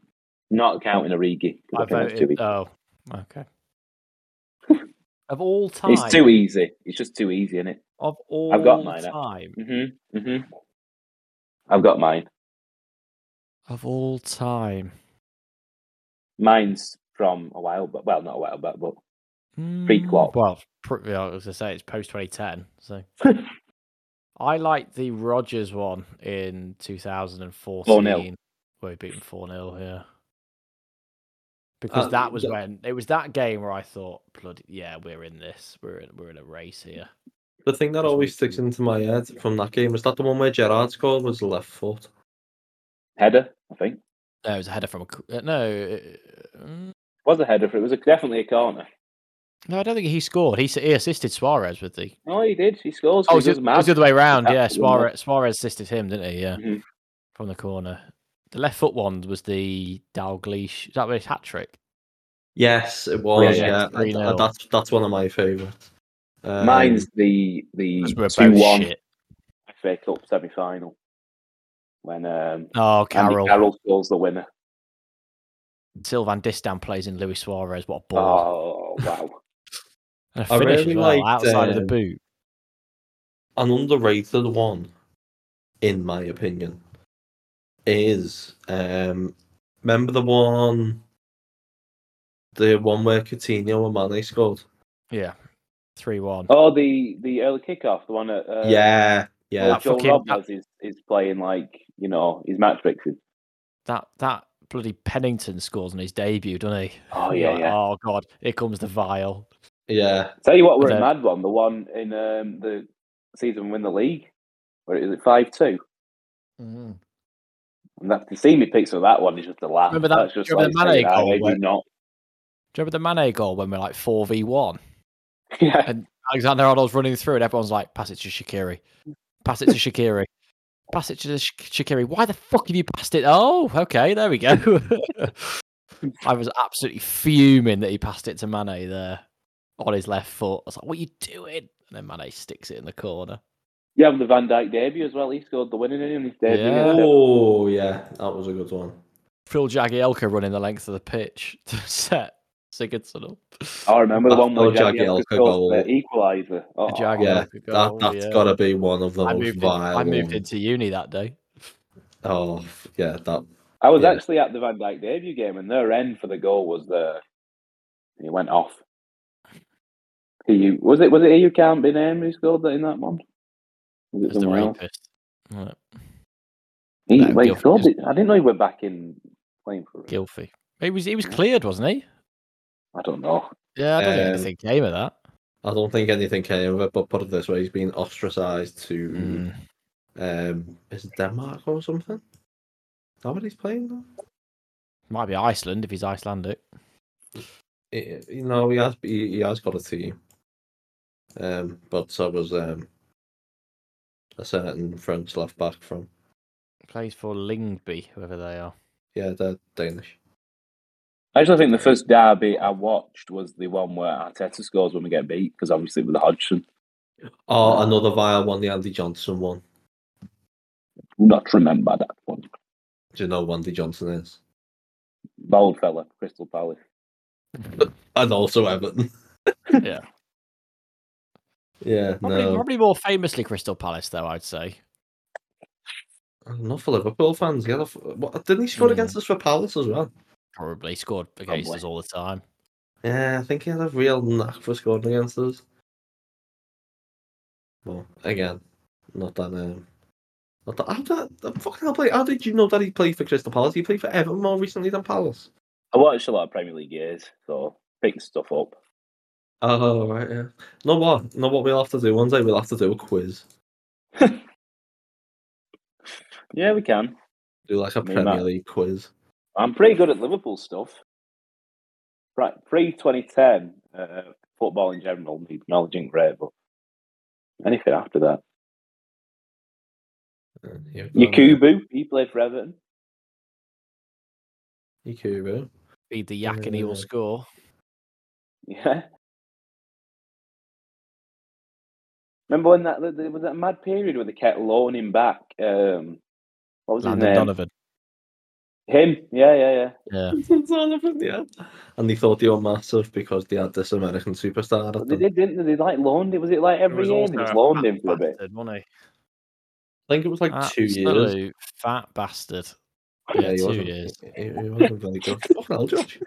Speaker 3: Not counting Origi. 'cause I
Speaker 2: I
Speaker 3: think that's
Speaker 2: voted.
Speaker 3: too e-
Speaker 2: Oh, okay. of all time,
Speaker 3: It's too easy. It's just too easy, isn't it?
Speaker 2: Of all
Speaker 3: I've got mine, uh. actually.
Speaker 2: time,
Speaker 3: Mm-hmm. Mm-hmm. I've got mine.
Speaker 2: of all time.
Speaker 3: Mine's from a while back. Well, not a while back, but
Speaker 2: Mm,
Speaker 3: Prequel.
Speaker 2: Well, pr- yeah, I was gonna say it's post 2010. So I like the Rogers one in 2014. Where we beat them 4 0, yeah. Because
Speaker 1: Uh,
Speaker 2: that was
Speaker 1: yeah.
Speaker 2: when it was that game where I thought, bloody yeah, we're in this. We're in, we're in a race here.
Speaker 1: the thing that
Speaker 2: That's
Speaker 1: always
Speaker 2: me
Speaker 1: sticks
Speaker 2: too.
Speaker 1: into my head from that game is that the one where Gerard scored was left foot.
Speaker 3: header, I think.
Speaker 2: No, it was a header from a c- uh, no. uh, mm,
Speaker 3: Was a header for it. was a, definitely a corner.
Speaker 2: No, I don't think he scored. He, s- he assisted Suarez with the.
Speaker 3: Oh, he did. He scores.
Speaker 2: Oh, it
Speaker 3: He
Speaker 2: was, the-
Speaker 3: does
Speaker 2: it
Speaker 3: mad.
Speaker 2: was the other way around.
Speaker 3: Yeah,
Speaker 2: Yeah,
Speaker 3: it was mad.
Speaker 2: Suarez, Suarez assisted him, didn't he? Yeah.
Speaker 3: Mhm.
Speaker 2: from the corner. The left foot one was the Dalgleish. Is that his hat trick?
Speaker 1: Yes, it was.
Speaker 3: yeah,
Speaker 1: Yeah, and- and
Speaker 2: 3-0.
Speaker 1: that's that's one of my favourites. Um,
Speaker 3: Mine's the the
Speaker 2: Because we're
Speaker 3: Mm, two
Speaker 2: both
Speaker 3: one
Speaker 2: shit.
Speaker 3: FA Cup semi final when um,
Speaker 2: Oh, Carroll.
Speaker 3: Andy Carroll scores the winner.
Speaker 2: Sylvan Distan plays in Luis Suarez. What a ball.
Speaker 3: Oh wow!
Speaker 2: and a
Speaker 1: I
Speaker 2: finish
Speaker 1: really
Speaker 2: as well,
Speaker 1: liked,
Speaker 2: outside of the
Speaker 1: um,
Speaker 2: boot.
Speaker 1: an underrated one, in my opinion, is um, remember the one, the one where Coutinho and Mane scored.
Speaker 2: Yeah. 3 1.
Speaker 3: oh, the the early kickoff, the one at uh,
Speaker 1: yeah,
Speaker 3: where
Speaker 1: yeah,
Speaker 2: that
Speaker 3: Joe
Speaker 2: fucking-
Speaker 3: Robles is, is playing like you know his match fixing.
Speaker 2: That, that bloody Pennington scores on his debut, doesn't he?
Speaker 3: Oh
Speaker 2: You're
Speaker 3: yeah,
Speaker 2: like,
Speaker 3: yeah.
Speaker 2: Oh, God. Here comes the vial.
Speaker 1: yeah.
Speaker 3: Tell you what, we're a
Speaker 2: Okay.
Speaker 3: mad one. The one in um, the season we win the league, where it was five two.
Speaker 2: Mm.
Speaker 3: And that to see me picks of that one is just a laugh.
Speaker 2: Remember that-
Speaker 3: That's just
Speaker 2: do you remember
Speaker 3: like
Speaker 2: the Mane
Speaker 3: saying, "Ah,
Speaker 1: Oh,
Speaker 2: goal
Speaker 3: they do
Speaker 2: where-
Speaker 3: not.
Speaker 2: Do you remember the Mane goal when we're like 4v1?
Speaker 3: Yeah.
Speaker 2: Alexander Arnold's running through, and everyone's like, pass it to Shakiri. Pass it to Shakiri. Pass it to the Sh- Shakiri. Why the fuck have you passed it? Oh, okay, there we go. I was absolutely fuming that he passed it to Mane there on his left foot. I was like, what are you doing? And then Mane sticks it in the corner.
Speaker 3: You have the Van Dyke debut as well. He scored the winning in his debut.
Speaker 2: Yeah.
Speaker 3: against it.
Speaker 1: Oh yeah, that was a good one.
Speaker 2: Phil Jagielka running the length of the pitch to set Sigurdsson up.
Speaker 3: I remember the
Speaker 1: That
Speaker 3: one where
Speaker 1: old
Speaker 3: Jagielka
Speaker 1: Jagielka
Speaker 3: scored the
Speaker 1: oh, goal.
Speaker 3: equaliser. Oh,
Speaker 2: The Jagielka
Speaker 1: yeah, That
Speaker 2: goal,
Speaker 1: that's
Speaker 2: Oh, yeah.
Speaker 1: got to be one of the
Speaker 2: I
Speaker 1: most
Speaker 2: moved, in-
Speaker 1: vile.
Speaker 2: I moved
Speaker 1: ones.
Speaker 2: into uni that day.
Speaker 1: Oh f- yeah, that
Speaker 3: I was
Speaker 1: yeah.
Speaker 3: actually at the Van Dyke debut game, and their end for the goal was there. And He went off. He was it was it you can't be named who scored that in that one? Was it
Speaker 2: As the
Speaker 3: someone else?
Speaker 2: rapist. Right.
Speaker 3: He,
Speaker 2: No,
Speaker 3: well, he
Speaker 2: Gilfie
Speaker 3: scored
Speaker 2: was-
Speaker 3: it. I didn't know he went back in playing for. it.
Speaker 2: Gilfy. He was, he was cleared, wasn't he?
Speaker 3: I don't know.
Speaker 2: Yeah, I don't
Speaker 1: Um,
Speaker 2: think anything came of that.
Speaker 1: I don't think anything came of it. But put it this way, he's been ostracised to.
Speaker 2: Mm.
Speaker 1: um is it Denmark or something? Is that what he's playing now?
Speaker 2: Might be Iceland if he's Icelandic.
Speaker 1: I- You know, he has he, he has got a team. Um but so was um a certain French left back from
Speaker 2: Plays for Lingby, whoever they are.
Speaker 1: yeah, they're Danish.
Speaker 3: I actually think the first derby I watched was the one where Arteta scores when we get beat because obviously with the Hodgson.
Speaker 1: Oh, another vile one, the Andy Johnson one.
Speaker 3: Do Not remember that one.
Speaker 1: Do you know who Andy Johnson is?
Speaker 3: Bold fella, Crystal Palace.
Speaker 1: And also Everton.
Speaker 2: Yeah.
Speaker 1: Yeah,
Speaker 2: Probably,
Speaker 1: no.
Speaker 2: probably more famously Crystal Palace, though, I'd say.
Speaker 1: Not for Liverpool fans. Yeah, what, didn't he score
Speaker 2: Mm.
Speaker 1: against us for Palace as well?
Speaker 2: Probably scored against
Speaker 3: Probably.
Speaker 2: us all the time.
Speaker 1: Yeah, I think he had a real knack for scoring against us. Well, again, not that. Um, not that. How did that fucking hell play? How did you know that he played for Crystal Palace? He played for Everton more recently than Palace.
Speaker 3: I watched a lot of Premier League years, so picking stuff up.
Speaker 1: Oh right, yeah. No what? No what? We'll have to do one day. We'll have to do a quiz.
Speaker 3: Yeah, we can.
Speaker 1: Do like a
Speaker 3: Me and
Speaker 1: Premier
Speaker 3: Matt.
Speaker 1: League quiz.
Speaker 3: I'm pretty good at Liverpool stuff. Right, pre 2010, uh, football in general, my knowledge ain't great, but anything after that.
Speaker 1: Uh, here we go.
Speaker 3: Yakubu, he played for Everton.
Speaker 1: Ikubo.
Speaker 2: Feed the yak and he
Speaker 1: Uh,
Speaker 2: will score.
Speaker 3: Yeah. Remember when that there was that mad period where they kept loaning him back? Um, what was
Speaker 2: Landon
Speaker 3: his name?
Speaker 2: Donovan.
Speaker 3: Him. Yeah, yeah, yeah.
Speaker 2: Yeah.
Speaker 1: yeah. And they thought they were massive because they had this American superstar. At
Speaker 3: They
Speaker 1: them.
Speaker 3: did, didn't they? They like loaned it. Was it like every
Speaker 2: was
Speaker 3: year
Speaker 2: also
Speaker 3: they just
Speaker 2: a
Speaker 3: loaned
Speaker 2: fat
Speaker 3: him for a bit?
Speaker 2: bastard, wasn't he?
Speaker 1: I think it was like two years.
Speaker 2: Absolute Fat bastard.
Speaker 1: Yeah,
Speaker 2: Yeah,
Speaker 1: he
Speaker 2: two
Speaker 1: wasn't-
Speaker 2: years.
Speaker 1: He, he wasn't very good. Fucking hell, Josh.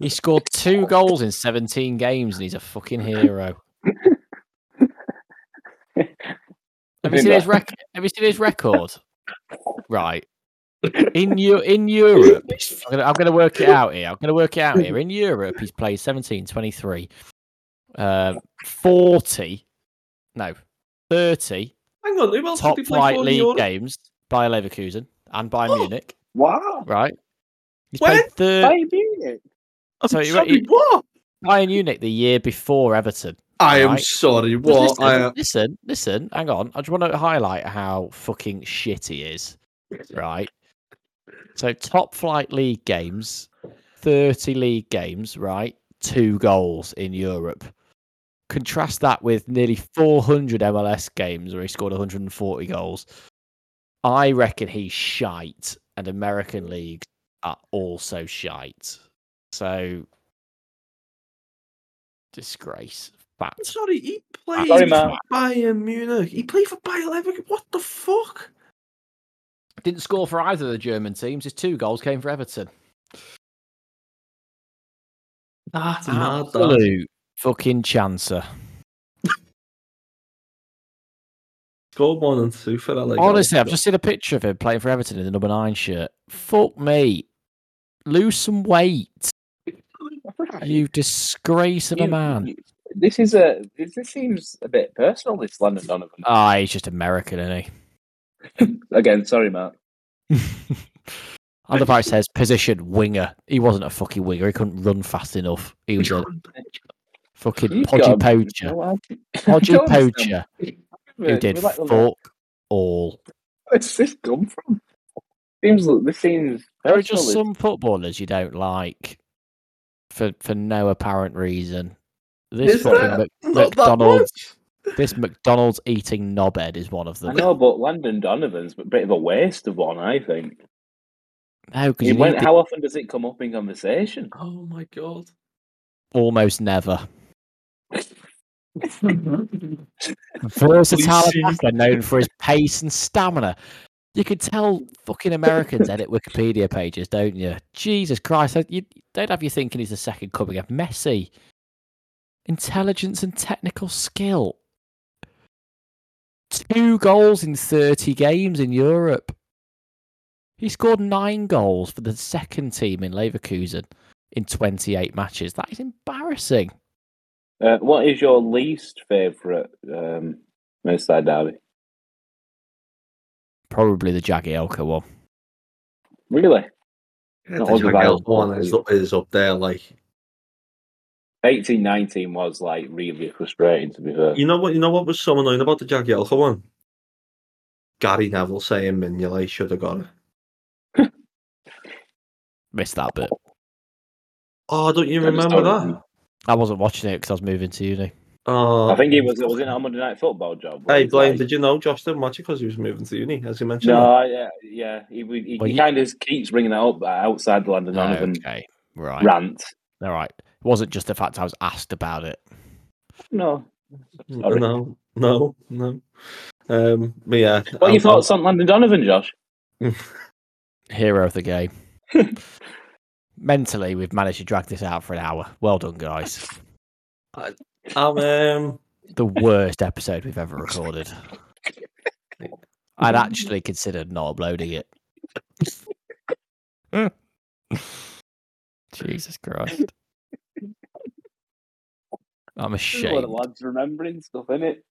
Speaker 2: He scored two goals in 17 games and he's a fucking hero. Have you seen his rec- Have you seen his record? Right. In Eu- in Europe, I'm gonna, I'm gonna work it out here. I'm gonna work it out here. In Europe, he's played 17, 23, uh, 40, no, 30
Speaker 1: Hang on, who else
Speaker 2: top
Speaker 1: did he play
Speaker 2: flight
Speaker 1: for in
Speaker 2: league
Speaker 1: Europe?
Speaker 2: games by Leverkusen and by Munich.
Speaker 3: Wow.
Speaker 2: Right. He's
Speaker 1: When?
Speaker 2: played third
Speaker 3: Why you doing it?
Speaker 1: I'm
Speaker 2: So
Speaker 1: sorry,
Speaker 2: he- he-
Speaker 1: what?
Speaker 2: Bayern Munich the year before Everton.
Speaker 1: I am
Speaker 2: Right.
Speaker 1: sorry,
Speaker 2: But
Speaker 1: what?
Speaker 2: listen,
Speaker 1: I uh, am...
Speaker 2: listen, listen, hang on. I just want to highlight how fucking shit he is. Right. So top flight league games, 30 league games, right? Two goals in Europe. Contrast that with nearly 400 MLS games where he scored 140 goals. I reckon he's shite, and American leagues are also shite. So, disgrace. Fact.
Speaker 1: I'm sorry, he played
Speaker 3: Sorry, man.
Speaker 1: for Bayern Munich. He played for Bayer Leverkusen. What the fuck?
Speaker 2: Didn't score for either of the German teams. His two goals came for Everton.
Speaker 1: That's
Speaker 3: Ah,
Speaker 1: mad, that.
Speaker 2: Absolute fucking chancer.
Speaker 1: Scored one and two for that. Like,
Speaker 2: Honestly, I've just seen a picture of him playing for Everton in the number nine shirt. Fuck me. Lose some weight, you disgrace of a
Speaker 3: You-
Speaker 2: man.
Speaker 3: you- This is a. This, this seems a bit personal. This Landon Donovan
Speaker 2: Ah, he's just American, isn't he?
Speaker 3: again. Sorry, Mark.
Speaker 2: I love how it says position winger. He wasn't a fucking winger. He couldn't run fast enough. He was a fucking
Speaker 3: You've
Speaker 2: podgy
Speaker 3: got-
Speaker 2: poacher.
Speaker 3: No, I-
Speaker 2: Podgy
Speaker 3: don't understand.
Speaker 2: poacher who
Speaker 3: We're-
Speaker 2: did
Speaker 3: we're like the-
Speaker 2: fuck all.
Speaker 3: Where's this come from? Seems this seems
Speaker 2: There are
Speaker 3: personal.
Speaker 2: just some footballers you don't like for for no apparent reason. This
Speaker 1: Is there?
Speaker 2: fucking Mc-
Speaker 1: Not that
Speaker 2: McDonald's,
Speaker 1: much.
Speaker 2: this McDonald's eating knobhead is one of
Speaker 3: I
Speaker 2: them.
Speaker 3: know, but Landon Donovan's a bit of a waste of one, I think.
Speaker 2: No, because
Speaker 3: He
Speaker 2: you
Speaker 3: went,
Speaker 2: need to-
Speaker 3: How often does it come up in conversation?
Speaker 1: Oh my god.
Speaker 2: almost never.
Speaker 1: Please
Speaker 2: Versatile
Speaker 1: see.
Speaker 2: attacker known for his pace and stamina. You could tell fucking Americans edit Wikipedia pages, don't you? Jesus Christ, you you don't have you thinking he's the second coming of Messi. Intelligence and technical skill. Two goals in 30 games in Europe. He scored nine goals for the second team in Leverkusen in 28 matches. That is embarrassing.
Speaker 3: Uh, what is your least favourite um, Merseyside derby?
Speaker 2: Probably the Jagielka one.
Speaker 3: Really,
Speaker 1: Yeah, the
Speaker 3: No, all the
Speaker 1: Jagielka
Speaker 3: violence.
Speaker 1: one is, is up there. Like
Speaker 3: eighteen nineteen was like really frustrating to be fair.
Speaker 1: you know what? You know what was so annoying about the Jagielka one? Gary Neville saying Mignolet should have got it.
Speaker 2: Missed that bit.
Speaker 1: Oh, don't you
Speaker 3: I just
Speaker 1: remember
Speaker 3: don't-
Speaker 1: that?
Speaker 2: I wasn't watching it because I was moving to uni.
Speaker 1: Oh,
Speaker 3: I think it was it was in our Monday Night Football job. where
Speaker 1: Hey,
Speaker 3: it's
Speaker 1: Blaine,
Speaker 3: like-
Speaker 1: did you know Josh didn't watch it because he was moving to uni, as you mentioned?
Speaker 3: No, yeah, yeah. He, would- he,
Speaker 2: Well,
Speaker 3: he
Speaker 2: yeah.
Speaker 3: kind of keeps bringing that up uh, outside the Landon Donovan
Speaker 2: okay, right,
Speaker 3: rant.
Speaker 2: all right. It wasn't just the fact I was asked about it.
Speaker 3: No, sorry.
Speaker 1: Mm, no, no, no. Um, but yeah.
Speaker 3: What are your
Speaker 1: I'm- I'm-
Speaker 3: thoughts on Landon Donovan, Josh?
Speaker 2: Hero of the game. Mentally, we've managed to drag this out for an hour. Well done, guys.
Speaker 1: I'm um,
Speaker 2: The worst episode we've ever recorded. I'd actually considered not uploading it. Jesus Christ. I'm
Speaker 3: What the
Speaker 2: ashamed.
Speaker 3: lads remembering stuff, in it?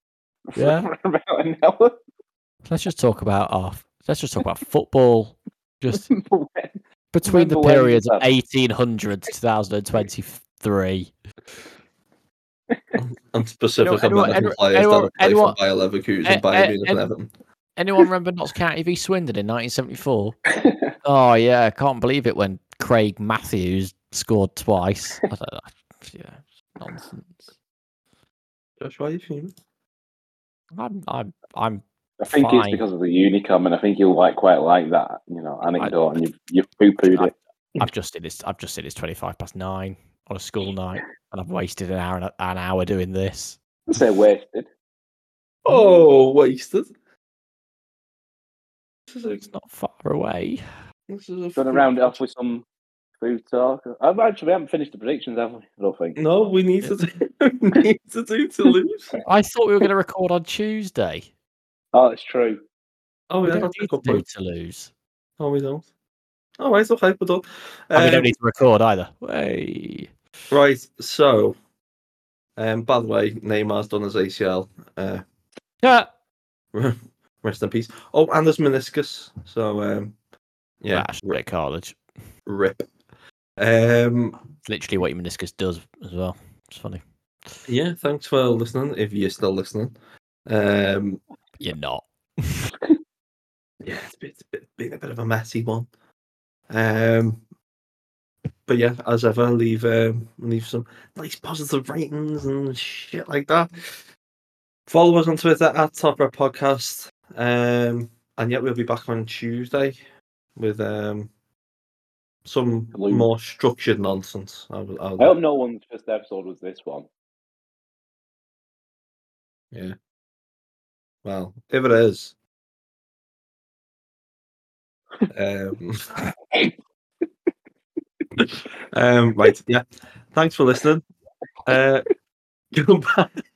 Speaker 2: Yeah.
Speaker 3: For about an hour.
Speaker 2: Let's just talk about our. Let's just talk about football. Just between the
Speaker 3: Remember when you
Speaker 2: periods of
Speaker 3: said-
Speaker 2: 1800 to 2023.
Speaker 1: I'm specific
Speaker 2: anyone-
Speaker 1: American
Speaker 2: anyone-
Speaker 1: players
Speaker 2: anyone-
Speaker 1: that have played
Speaker 2: anyone-
Speaker 1: for Bayer Leverkusen,
Speaker 2: Eh,
Speaker 1: Bayern
Speaker 2: eh,
Speaker 1: Munich, and
Speaker 2: eh,
Speaker 1: Everton.
Speaker 2: Anyone remember Notts County v Swindon in 1974? Oh yeah, I can't believe it when Craig Matthews scored twice. I don't know. Yeah, nonsense.
Speaker 1: Josh, why are you fuming?
Speaker 2: I'm, I'm, I'm.
Speaker 3: I think it's
Speaker 2: Fine.
Speaker 3: because of the Unicom, and I think you'll like quite like that, you know, anecdote, and you've you've poo
Speaker 2: I-
Speaker 3: pooed it.
Speaker 2: I've just did this. I've just did this. Twenty five past nine on a school night, and I've wasted an hour and a- an hour doing this.
Speaker 3: I say wasted.
Speaker 1: Oh, wasted. This is a,
Speaker 2: It's not far away.
Speaker 1: this is a
Speaker 3: Gonna
Speaker 1: food-
Speaker 3: round it off with some food talk. I've actually we haven't finished the predictions, have we? I don't think.
Speaker 1: No, we need to do, we need to do to lose.
Speaker 2: I thought we were going to record on Tuesday.
Speaker 3: Oh, it's true.
Speaker 1: Oh,
Speaker 2: We
Speaker 1: yeah,
Speaker 2: don't
Speaker 1: that's a
Speaker 2: need to
Speaker 1: good
Speaker 2: do
Speaker 1: point.
Speaker 2: to lose,
Speaker 1: Oh, we don't. All right, okay, we're done.
Speaker 2: and we
Speaker 1: Um,
Speaker 2: don't need to record either. Way.
Speaker 1: Right, so, um, by the way, Neymar's done his ACL. Uh,
Speaker 2: Yeah.
Speaker 1: rest in peace. Oh, and there's meniscus. So, um, yeah,
Speaker 2: That's great cartilage.
Speaker 1: rip. Um,
Speaker 2: It's literally what your meniscus does as well. It's funny.
Speaker 1: yeah, thanks for listening. If you're still listening, um,
Speaker 2: You're not.
Speaker 1: yeah, it's been, it's been- been a bit of a messy one. Um, but yeah, as ever, leave um, leave some nice positive ratings and shit like that. Follow us on Twitter at Top Rep Podcast. Um, and yet we'll be back on Tuesday with um some
Speaker 3: Hello.
Speaker 1: more structured nonsense. I will, I will,
Speaker 3: I hope no one's first episode was this one.
Speaker 1: Well, if it is. um, um, right, yeah. Thanks for listening. Uh, goodbye.